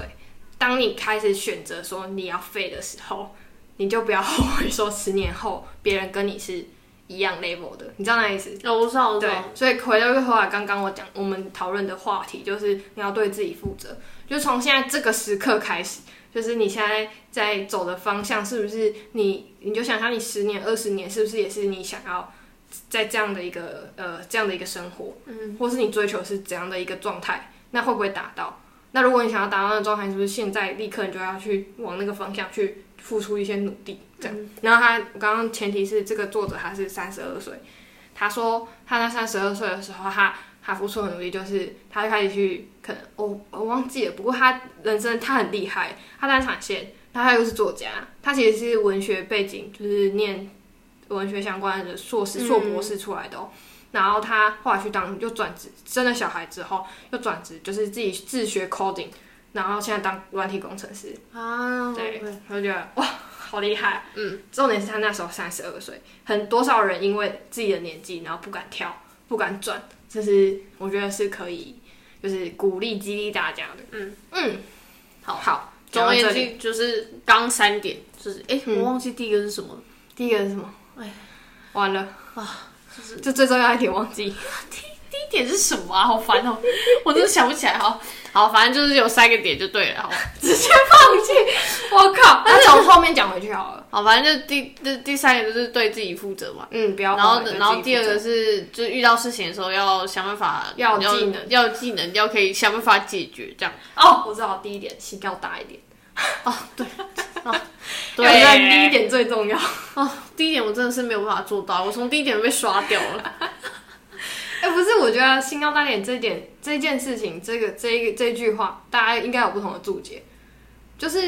Speaker 1: 当你开始选择说你要废的时候，你就不要后悔说十年后别人跟你是一样 level 的，你知道那意思？
Speaker 2: 哦，我知道，我知
Speaker 1: 对
Speaker 2: 道，，
Speaker 1: 所以回到回来，刚刚我讲我们讨论的话题就是你要对自己负责，就从现在这个时刻开始，就是你现在在走的方向是不是你，你就想象你十年、二十年是不是也是你想要在这样的一个呃这样的一个生活，嗯，或是你追求是怎样的一个状态，那会不会达到？那如果你想要达到那个状态，是不是现在立刻你就要去往那个方向去付出一些努力？这样，然后他我刚刚前提是这个作者他是三十二岁。他说他在三十二岁的时候，他他付出的努力就是他开始去可能我、我忘记了，不过他人生他很厉害，他在产线，然后他又是作家，他其实是文学背景，就是念文学相关的硕士、硕博士出来的哦。然后他后来去当又转职，生了小孩之后又转职，就是自己自学 coding，然后现在当软体工程师。
Speaker 2: 啊，
Speaker 1: 对
Speaker 2: OK，
Speaker 1: 我就觉得哇，好厉害！嗯，重点是他那时候三十二岁，很多少人因为自己的年纪，然后不敢跳，不敢转，就是我觉得是可以，就是鼓励激励大家的。嗯嗯，好好，
Speaker 2: 总
Speaker 1: 嗯讲
Speaker 2: 而
Speaker 1: 到
Speaker 2: 言
Speaker 1: 这里，
Speaker 2: 之就是刚三点，就是哎，我忘记第一个是什么了。
Speaker 1: 第一个是什么？哎，完了啊，这最重要一点忘记。
Speaker 2: 第一点是什么啊？好烦哦，我真的想不起来。好好，反正就是有三个点就对了，好吧。
Speaker 1: 直接放弃， 我靠！那从后面讲回去好了。
Speaker 2: 好，反正就第第第三个就是对自己负责嘛。
Speaker 1: 嗯，不要
Speaker 2: 然
Speaker 1: 后
Speaker 2: 后
Speaker 1: 悔。，对
Speaker 2: 哦然后
Speaker 1: 自己
Speaker 2: 第二
Speaker 1: 负责
Speaker 2: 个是，就是遇到事情的时候要想办法，
Speaker 1: 要有
Speaker 2: 要
Speaker 1: 技能，
Speaker 2: 要有技能，要可以想办法解决这样。
Speaker 1: 哦，我知道第一点，心要大一点。
Speaker 2: 对
Speaker 1: 我觉得第一点最重要。
Speaker 2: 哦，第一点我真的是没有办法做到，我从第一点被刷掉 了。
Speaker 1: 哎、不是，我觉得兴高大点这一点这件事情，这个这一个这一句话，大家应该有不同的注解。就是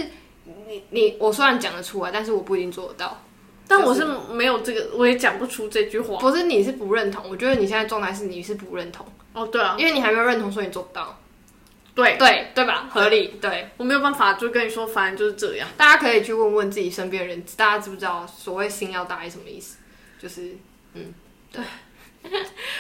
Speaker 1: 你你我虽然讲得出来，但是我不一定做得到。
Speaker 2: 但我是没有这个，我也讲不出这句话。
Speaker 1: 不是你是不认同，我觉得你现在状态是你是不认同，
Speaker 2: 哦，对啊，
Speaker 1: 因为你还没有认同，所以你做不到。
Speaker 2: 对，
Speaker 1: 对对吧？合理。对，
Speaker 2: 我没有办法，就跟你说，反正就是这 样。
Speaker 1: 大家可以去问问自己身边的人，大家知不知道所谓心要大是什么意思？就是嗯，对。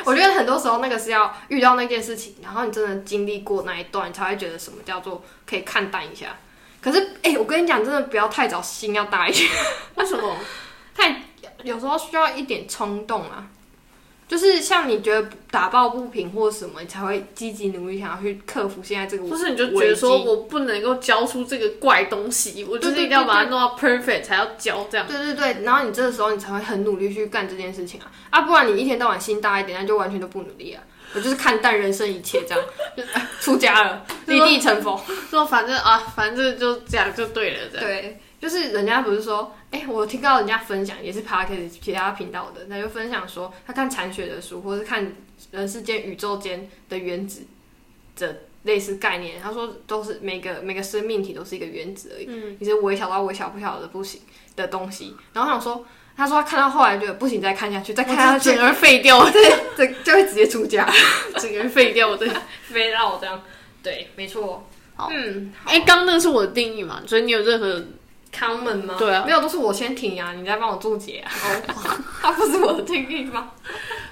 Speaker 1: 我觉得很多时候那个是要遇到那件事情，然后你真的经历过那一段，你才会觉得什么叫做可以看淡一下。可是，哎、我跟你讲，真的不要太早心要大一点，
Speaker 2: 为什么？
Speaker 1: 太有时候需要一点冲动啊。就是像你觉得打抱不平或什么，你才会积极努力想要去克服现在这个危
Speaker 2: 不
Speaker 1: 机。
Speaker 2: 是 你就觉得说我不能够教出这个怪东西，我就是一定要把它弄到 perfect 才要教这样。
Speaker 1: 对对对，然后你这个时候你才会很努力去干这件事情啊啊，不然你一天到晚心大一点，那就完全都不努力啊。我就是看淡人生一切这样， 就哎出家了，立地成佛。
Speaker 2: 说反正啊，反正就这样就对了，这样。
Speaker 1: 对，就是人家不是说，哎、我听到人家分享也是 p a r k 其他频道的，他就分享说他看残雪的书，或是看人世间宇宙间的原子的类似概念，他说都是每个每个生命体都是一个原子而已，嗯，你是微小到微小不小的不行的东西。然后他想说，他说他看到后来觉得不行，再看下去，再看下
Speaker 2: 我整
Speaker 1: 去，
Speaker 2: 个人废掉，
Speaker 1: 这 就会直接出家，
Speaker 2: 整个人废掉，我的。
Speaker 1: 飞绕这样。对，没错。
Speaker 2: 好
Speaker 1: 嗯，
Speaker 2: 哎，刚刚那个是我的定义嘛，所以你有任何
Speaker 1: 康门吗？
Speaker 2: 对啊
Speaker 1: 没有，都是我先停啊，你再帮我注解 啊。他不是我的定义吗？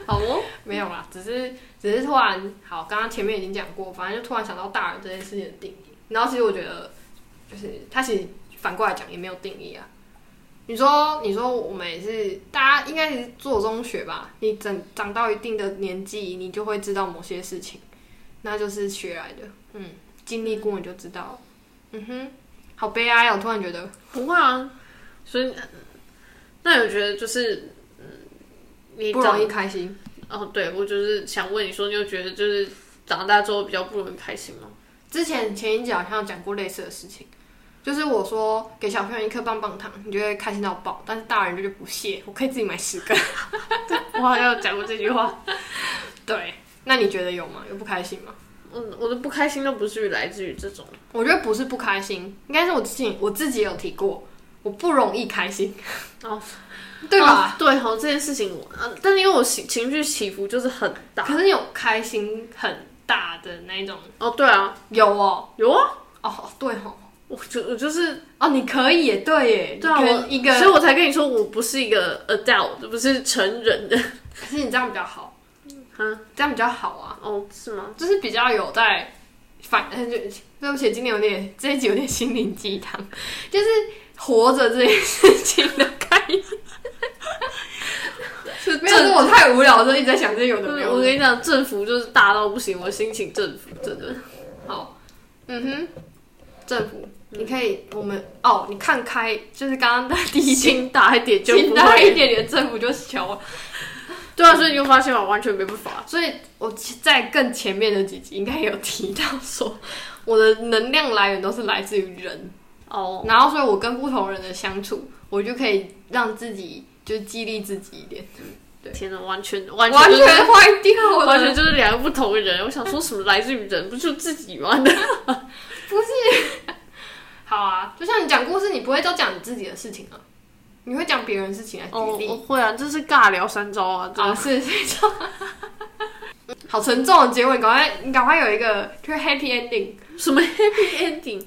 Speaker 2: 好哦，
Speaker 1: 没有啦，只是只是突然好，刚刚前面已经讲过，反正就突然想到大人这件事情的定义。然后其实我觉得，就是他其实反过来讲也没有定义啊。你说，你说我们也是，大家应该是做中学吧？你长长到一定的年纪，你就会知道某些事情，那就是学来的。嗯，经历过你就知道了。嗯哼，好悲哀哦！突然觉得，
Speaker 2: 不会啊。所以，那有觉得就是，嗯，你
Speaker 1: 不容
Speaker 2: 长
Speaker 1: 易开心。
Speaker 2: 哦，对我就是想问你说，你有觉得就是长大之后比较不容易开心吗？
Speaker 1: 之前前一集好像有讲过类似的事情，就是我说给小朋友一颗棒棒糖，你就会开心到爆，但是大人就觉得不屑，我可以自己买十根。
Speaker 2: 我好像有讲过这句话。
Speaker 1: 对，那你觉得有吗？有不开心吗？
Speaker 2: 嗯，我的不开心都不至于来自于这种。
Speaker 1: 我觉得不是不开心，应该是我之前我自己有提过，我不容易开心。
Speaker 2: 哦，
Speaker 1: 对吧？
Speaker 2: 哦对，好，这件事情我，嗯，但是因为我情情绪起伏就是很大。
Speaker 1: 可是你有开心很大的那种，
Speaker 2: 哦，对啊，
Speaker 1: 有哦，
Speaker 2: 有啊，
Speaker 1: 哦对哦，
Speaker 2: 我就我就是
Speaker 1: 哦你可以耶，对耶，
Speaker 2: 对啊，
Speaker 1: 你
Speaker 2: 我
Speaker 1: 跟一个，
Speaker 2: 所以我才跟你说我不是一个 adult，不是成人的。
Speaker 1: 可是你这样比较好，
Speaker 2: 嗯，
Speaker 1: 这样比较好啊。
Speaker 2: 哦，是吗？
Speaker 1: 就是比较有在反，呃就对不起，今天有点这一集有点心灵鸡汤，就是活着这件事情的开心。
Speaker 2: 是
Speaker 1: 没有，是
Speaker 2: 政，
Speaker 1: 我太无聊了，所以一直在想这些有的没
Speaker 2: 嗯
Speaker 1: 有
Speaker 2: 我
Speaker 1: 的。
Speaker 2: 跟你讲，政府就是大到不行，我心情政府真的。
Speaker 1: 好，嗯哼，政府，你可以，我们哦，你看开，就是刚刚的第 一集，
Speaker 2: 心大一点就
Speaker 1: 清
Speaker 2: 不
Speaker 1: 大一
Speaker 2: 会。
Speaker 1: 点点，政府就小了。
Speaker 2: 对啊，所以你就发现我完全没办法。
Speaker 1: 所以我在更前面的几集应该有提到说，我的能量来源都是来自于人。
Speaker 2: 哦，
Speaker 1: 然后，所以我跟不同人的相处，我就可以让自己就激励自己一点，
Speaker 2: 天哪，完全完全
Speaker 1: 完
Speaker 2: 就是
Speaker 1: 全坏掉了，
Speaker 2: 完全就是两个不同的人。我想说什么来自于人，不就自己 吗？
Speaker 1: 好啊。就像你讲故事，你不会都讲你自己的事情啊，你会讲别人的事情来
Speaker 2: 哦，
Speaker 1: 举例
Speaker 2: 我会啊，这是尬聊三招啊，真
Speaker 1: 啊，
Speaker 2: 的。
Speaker 1: 是是 这样。好沉重的结尾，赶快你赶快有一个就是 happy ending。
Speaker 2: 什 么 happy ending？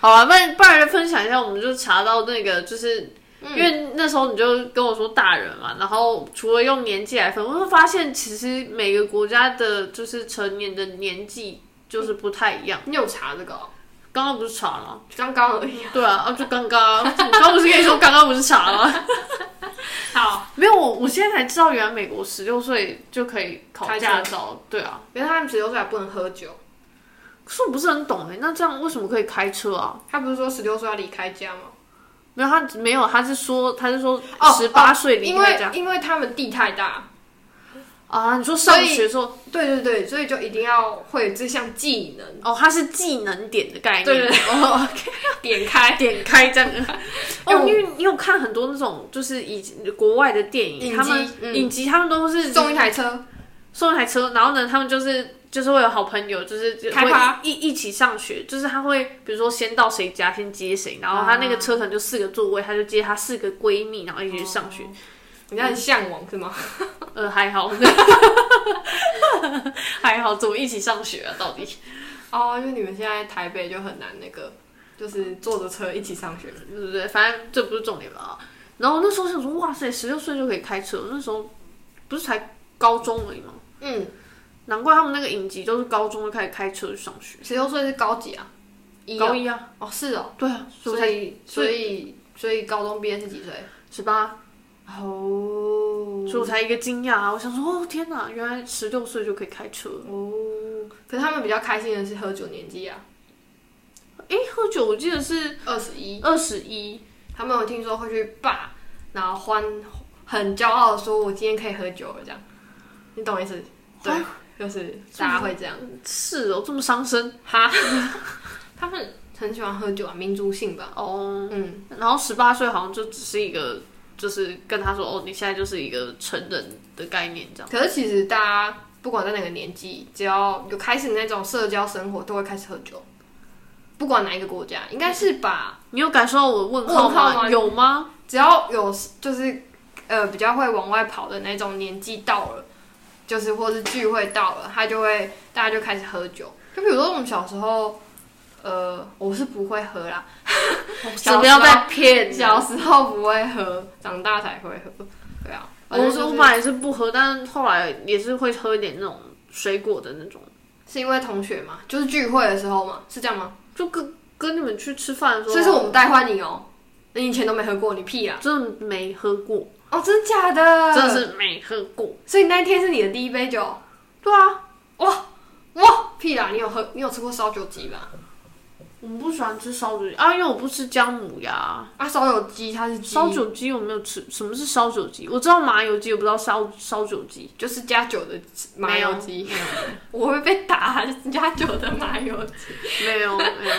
Speaker 2: 好啊，不然不然分享一下，我们就查到那个，就是、
Speaker 1: 嗯
Speaker 2: 因为那时候你就跟我说大人嘛，然后除了用年纪来分，我会发现其实每个国家的就是成年的年纪就是不太一样。
Speaker 1: 你有查这个、哦？
Speaker 2: 刚刚不是查吗？
Speaker 1: 刚刚而已。
Speaker 2: 对啊，啊就刚刚，我刚刚不是跟你说刚刚不是查吗？
Speaker 1: 好，
Speaker 2: 没有，我我现在才知道，原来美国十六岁就可以考
Speaker 1: 开车
Speaker 2: 驾照。对啊，
Speaker 1: 原来他们十六岁还不能喝酒。
Speaker 2: 可是我不是很懂哎、那这样为什么可以开车啊？
Speaker 1: 他不是说十六岁要离开家吗？
Speaker 2: 没有，他没有，他是说他是说
Speaker 1: 哦
Speaker 2: 十八岁离
Speaker 1: 因
Speaker 2: 开
Speaker 1: 为
Speaker 2: 家、
Speaker 1: 因为他们地太大，
Speaker 2: 哦啊？你说上学的时候
Speaker 1: 对对对，所以就一定要会这项技能。
Speaker 2: 哦，他是技能点的概念，
Speaker 1: 对对
Speaker 2: 哦，
Speaker 1: 点开
Speaker 2: 点开这样。
Speaker 1: 哎
Speaker 2: 哦，
Speaker 1: 我
Speaker 2: 因为你有看很多那种就是以前国外的电影，
Speaker 1: 影集
Speaker 2: 他们、
Speaker 1: 嗯
Speaker 2: 影集他们都是
Speaker 1: 送一台车，
Speaker 2: 送一台车，然后呢，他们就是就是会有好朋友，就是就
Speaker 1: 开
Speaker 2: 会
Speaker 1: 趴
Speaker 2: 一一起上学，就是他会比如说先到谁家先接谁，然后他那个车可能就四个座位，他就接他四个闺蜜，然后一起去上学。
Speaker 1: 人家很向往是吗？哦
Speaker 2: 呃，还好， 还好，怎么一起上学啊？到底？
Speaker 1: 哦，因为你们现在台北就很难那个，就是坐着车一起上学。
Speaker 2: 对不对？反正这不是重点吧。然后那时候想说，哇塞，十六岁就可以开车，那时候不是才高中而已吗？
Speaker 1: 嗯，
Speaker 2: 难怪他们那个影集都是高中就开始开车去上学，
Speaker 1: 十六岁是高几啊？一
Speaker 2: 高
Speaker 1: 哦
Speaker 2: 一啊，
Speaker 1: 哦，是哦，
Speaker 2: 对啊，所
Speaker 1: 所
Speaker 2: 以
Speaker 1: 以所以所以高中毕业是几岁？
Speaker 2: 十八，
Speaker 1: 哦
Speaker 2: 所以我才一个惊讶啊！我想说，哦天哪，原来十六岁就可以开车。
Speaker 1: 哦，可是他们比较开心的是喝酒年纪啊，
Speaker 2: 诶，喝酒我记得是
Speaker 1: 二十一，
Speaker 2: 二十一，
Speaker 1: 他们有听说会去爸，然后欢很骄傲的说，我今天可以喝酒了这样，你懂我意思？对，就是大家会啊这样。
Speaker 2: 是哦，这么伤身
Speaker 1: 哈，他们很喜欢喝酒啊，民族性吧。
Speaker 2: 哦。
Speaker 1: 嗯，
Speaker 2: 然后十八岁好像就只是一个，就是跟他说哦，你现在就是一个成人的概念这样。
Speaker 1: 可是其实大家不管在哪个年纪，只要有开始那种社交生活，都会开始喝酒，不管哪一个国家，应该是吧？
Speaker 2: 你有感受到我的问号
Speaker 1: 问号
Speaker 2: 吗？
Speaker 1: 吗
Speaker 2: 有吗？
Speaker 1: 只要有就是呃比较会往外跑的那种年纪到了，就是或是聚会到了，他就会大家就开始喝酒。就比如说我们小时候，呃，我是不会喝啦，
Speaker 2: 只不哦要再骗
Speaker 1: 小时候不会喝，长大才会喝。对啊，
Speaker 2: 我
Speaker 1: 反正
Speaker 2: 是
Speaker 1: 就
Speaker 2: 我
Speaker 1: 是
Speaker 2: 本来是不喝，但后来也是会喝一点那种水果的那种，
Speaker 1: 是因为同学嘛，就是聚会的时候嘛，是这样吗？
Speaker 2: 就跟跟你们去吃饭的时
Speaker 1: 啊
Speaker 2: 候，
Speaker 1: 所以是我们带坏你哦，你以前都没喝过，你屁啊！
Speaker 2: 真的没喝过，
Speaker 1: 哦，真的假的？
Speaker 2: 真的。是没喝过。
Speaker 1: 所以那一天是你的第一杯酒？
Speaker 2: 对啊，
Speaker 1: 哇，屁啦！你有喝，你有吃过烧酒鸡吧？
Speaker 2: 我们不喜欢吃烧酒鸡啊，因为我不吃姜母鸭。
Speaker 1: 啊，烧酒鸡它是鸡
Speaker 2: 烧酒鸡我没有吃，什么是烧酒鸡？我知道麻油鸡，我不知道烧烧酒鸡。
Speaker 1: 就是加酒的麻油鸡， 我会被打，加酒的麻油鸡。
Speaker 2: 没有没有， 没有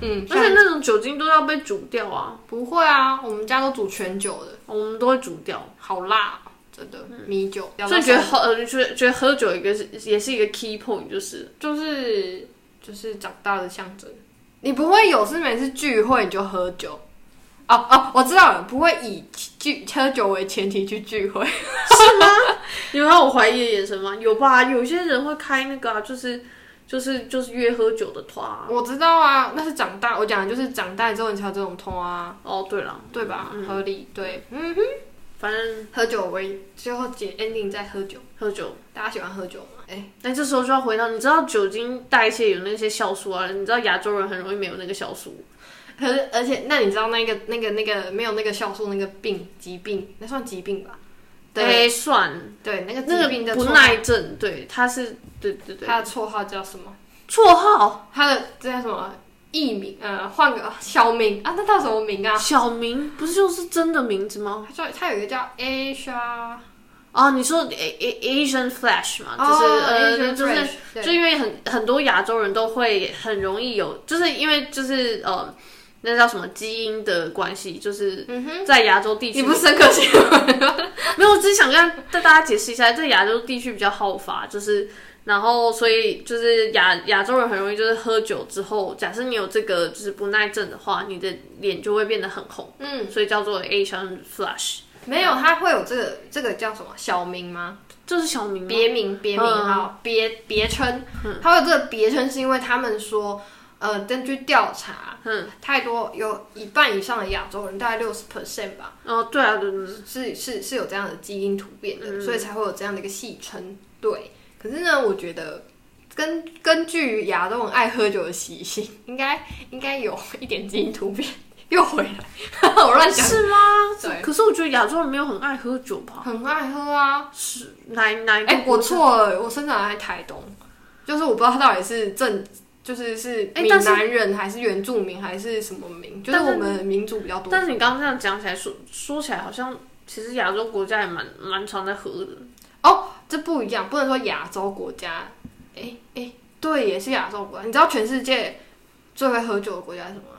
Speaker 1: 嗯，
Speaker 2: 而且那种酒精都要被煮掉啊，
Speaker 1: 不会啊，我们家都煮全酒的，
Speaker 2: 我们都会煮掉。
Speaker 1: 好辣哦，真的米酒。
Speaker 2: 所以觉得喝，呃觉得觉得喝酒一个是也是一个 key point，就是
Speaker 1: 就是就是长大的象征。你不会有事每次聚会你就喝酒？哦哦，我知道了，不会以聚喝酒为前提去聚会。
Speaker 2: 你有让我怀疑的眼神吗？有吧，有些人会开那个啊，就是就是就是约喝酒的团啊、
Speaker 1: 我知道啊，那是长大，我讲的就是长大之后你才有这种通啊，
Speaker 2: 哦，对了，
Speaker 1: 对吧？合理，对，嗯，
Speaker 2: 反正
Speaker 1: 喝酒为最后结 ending 在喝酒，
Speaker 2: 喝酒。
Speaker 1: 大家喜欢喝酒吗？哎、
Speaker 2: 那这时候就要回到，你知道酒精代谢有那些酵素啊，你知道亚洲人很容易没有那个酵素，
Speaker 1: 可是而且那你知道那个那个那个没有那个酵素那个病疾病，那算疾病吧？对、
Speaker 2: 哎、算
Speaker 1: 对，嗯那个
Speaker 2: 那
Speaker 1: 疾病
Speaker 2: 个
Speaker 1: 的
Speaker 2: 不
Speaker 1: 绰
Speaker 2: 耐症，对，它是，对对对，
Speaker 1: 它的绰号叫什么？
Speaker 2: 绰号
Speaker 1: 哦他的这叫什么艺名？呃，换个小名啊，那叫什么名啊？
Speaker 2: 小明，不是就是真的名字吗？
Speaker 1: 他叫他有一个叫 Asia，
Speaker 2: 啊，你说 A A Asian Flash 嘛，就是、呃，
Speaker 1: 哦 Asian
Speaker 2: 就是
Speaker 1: French，对
Speaker 2: 就因为很很多亚洲人都会很容易有，就是因为就是呃，那叫什么基因的关系，就是
Speaker 1: 嗯哼，
Speaker 2: 在亚洲地区，
Speaker 1: 你不是深刻新闻？
Speaker 2: 没有，我只是想跟带大家解释一下，在亚洲地区比较好发，就是然后所以就是亚亚洲人很容易就是喝酒之后，假设你有这个就是不耐症的话，你的脸就会变得很红，
Speaker 1: 嗯，
Speaker 2: 所以叫做 Asian Flush，
Speaker 1: 没有，他会有这个这个叫什么小名吗？
Speaker 2: 这是小明吗？
Speaker 1: 别名别名
Speaker 2: 嗯
Speaker 1: 好，别别称，他会有这个别称是因为他们说。呃，根据调查，嗯，太多有一半以上的亚洲人，大概六十 percent 吧，
Speaker 2: 哦，对啊，对对对
Speaker 1: 是是是有这样的基因突变的，所以才会有这样的一个戏称。对，可是呢，我觉得根根据亚洲人爱喝酒的习性， 应该应该有一点基因突变。 又回来， 我乱讲。
Speaker 2: 是吗？
Speaker 1: 对
Speaker 2: 可是我觉得亚洲人没有很爱喝酒吧？
Speaker 1: 很爱喝啊！
Speaker 2: 是哪哪一个
Speaker 1: 哎、我
Speaker 2: 国家？
Speaker 1: 错了，我生长在台东，就是我不知道他到底是正，就是是
Speaker 2: 哎
Speaker 1: 闽
Speaker 2: 但是
Speaker 1: 南人还是原住民还是什么民，就是
Speaker 2: 但是
Speaker 1: 我们民族比较多。
Speaker 2: 但是你刚刚这样讲起来，说说起来好像其实亚洲国家也蛮蛮常在喝的。
Speaker 1: 哦，这不一样，不能说亚洲国家。哎、哎、对，也是亚洲国家。你知道全世界最会喝酒的国家是什么吗？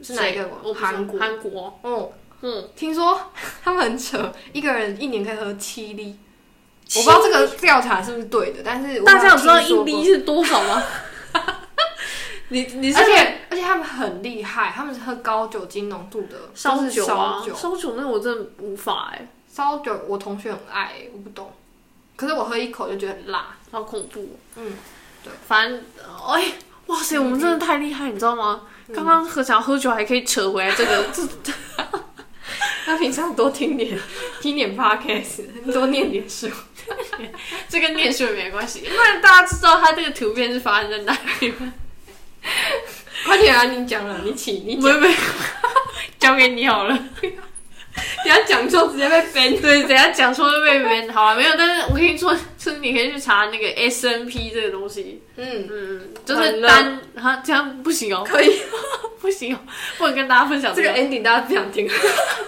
Speaker 1: 是哪一个
Speaker 2: 我
Speaker 1: 国？
Speaker 2: 不知道
Speaker 1: 韩国。
Speaker 2: 韩国。
Speaker 1: 哦，
Speaker 2: 嗯，
Speaker 1: 听说他们很扯，一个人一年可以喝七 粒。我不知道这个调查是不是对的，但是我
Speaker 2: 大家有知道
Speaker 1: 听说
Speaker 2: 一
Speaker 1: 过
Speaker 2: 滴是多少吗？ 你你是
Speaker 1: 而且而且他们很厉害，他们是喝高酒精浓度的
Speaker 2: 烧
Speaker 1: 就是
Speaker 2: 酒啊
Speaker 1: 烧，酒
Speaker 2: 烧酒那个我真的无法哎、
Speaker 1: 烧酒，我同学很爱，我不懂，可是我喝一口就觉得很辣。
Speaker 2: 好恐怖哦。
Speaker 1: 嗯，
Speaker 2: 对，反正呃哎、哇塞，我们真的太厉害，你知道吗？刚刚喝想喝酒还可以扯回来这 个，这
Speaker 1: 那平常多听点 听点 podcast，多念点书。
Speaker 2: 这跟念书也没关系。不然大家知道它这个图片是发生在哪里吗？
Speaker 1: 快点啊，你讲了，你起，你
Speaker 2: 没没，交给你好 了。
Speaker 1: 等下讲错直接被 ban。
Speaker 2: 对，等一下讲错就被编好了，啊没有。但是我跟你说，就是你可以去查那个 S N P 这个东西，
Speaker 1: 嗯，
Speaker 2: 嗯，就
Speaker 1: 完
Speaker 2: 是
Speaker 1: 了
Speaker 2: 单哈这样不行哦，
Speaker 1: 可 以，
Speaker 2: 不行哦，不能跟大家分享
Speaker 1: 这
Speaker 2: 这
Speaker 1: 个
Speaker 2: 个，
Speaker 1: ending 大家不想听。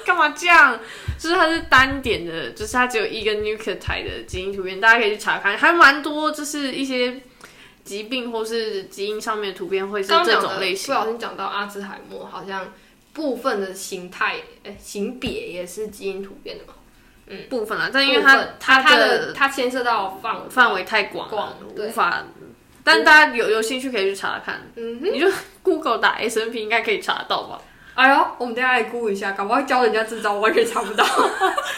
Speaker 2: 干嘛这样？就是它是单点的，就是它只有一个 nucleotide 的基因突变，大家可以去查看，还蛮多，就是一些疾病或是基因上面的突变会是
Speaker 1: 刚刚
Speaker 2: 这
Speaker 1: 讲
Speaker 2: 种
Speaker 1: 的
Speaker 2: 类
Speaker 1: 不
Speaker 2: 型。
Speaker 1: 小心讲到阿兹海默，好像部分的形态、诶型别也是基因突变的嘛。
Speaker 2: 部分啊啦，但因为它
Speaker 1: 部分它
Speaker 2: 它
Speaker 1: 的它牵涉到范围，
Speaker 2: 范围太广了，
Speaker 1: 广对
Speaker 2: 无法。但大家有有兴趣可以去查看，
Speaker 1: 嗯，
Speaker 2: 你就 Google 打 SNP 应该可以查到吧？
Speaker 1: 哎呦，我们等一下来估一下，搞不好教人家制造，完全查不到。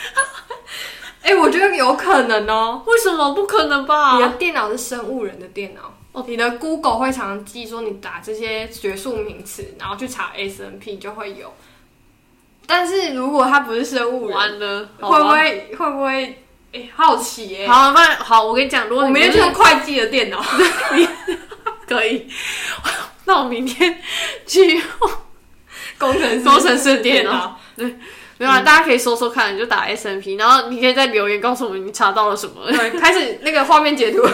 Speaker 1: 哎、我觉得有可能哦、
Speaker 2: 为什么不可能吧？
Speaker 1: 你的电脑是生物人的电脑，你的 Google 会常记说你打这些学术名词，然后去查 SNP 就会有。但是如果它不是生物人，
Speaker 2: 完了，好吧
Speaker 1: 会不会会不会？哎、好奇哎、
Speaker 2: 好，反正好，我跟你讲，如
Speaker 1: 我
Speaker 2: 果你
Speaker 1: 明天
Speaker 2: 就
Speaker 1: 去
Speaker 2: 是
Speaker 1: 用会计的电脑。
Speaker 2: 可以，那我明天去
Speaker 1: 工程师
Speaker 2: 工程师的电脑
Speaker 1: 脑。
Speaker 2: 没
Speaker 1: 嗯
Speaker 2: 有啊，大家可以搜搜看，你就打 S N P，然后你可以在留言告诉我们你查到了什么，
Speaker 1: 对，开始那个画面截图。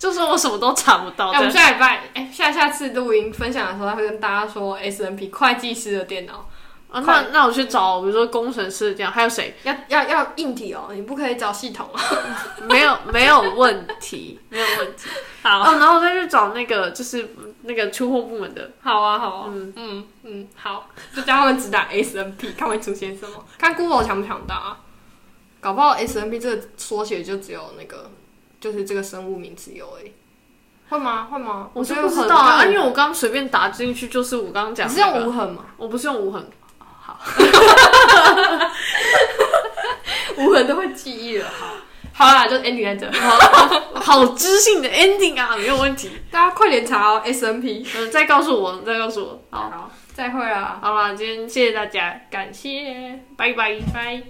Speaker 2: 就说我什么都查不到。
Speaker 1: 哎、我们
Speaker 2: 这样
Speaker 1: 下礼拜，哎、下下次录音分享的时候，他会跟大家说 S N P 会计师的电脑
Speaker 2: 啊，那那我去找，比如说工程师这样，还有谁？
Speaker 1: 要要要硬体哦，你不可以找系统啊。
Speaker 2: 没有没有问题， 没有问题。
Speaker 1: 好
Speaker 2: 哦，然后再去找那个就是那个出货部门的，
Speaker 1: 好啊，好啊，嗯嗯嗯，好，就叫他们只打 S N P，看会出现什么，看 Google 抢不抢到啊？搞不好 S N P 这个缩写就只有那个，就是这个生物名词有而已，会吗？会吗？
Speaker 2: 我是
Speaker 1: 觉得
Speaker 2: 不知
Speaker 1: 很
Speaker 2: 道啊，
Speaker 1: 像
Speaker 2: 因为我刚刚随便打进去，就是我刚刚讲
Speaker 1: 你是
Speaker 2: 的那个、
Speaker 1: 用无痕吗？
Speaker 2: 我不是用无痕，
Speaker 1: 无痕都会记忆了。好，好啦，就 ending 在这。
Speaker 2: 好知性的 ending 啊，没有问题。
Speaker 1: 大家快点查哦，S N P。
Speaker 2: 嗯，再告诉我，再告诉我。好，
Speaker 1: 好，再会啦，
Speaker 2: 好啦，今天谢谢大家，
Speaker 1: 感谢，
Speaker 2: 拜拜。
Speaker 1: 拜。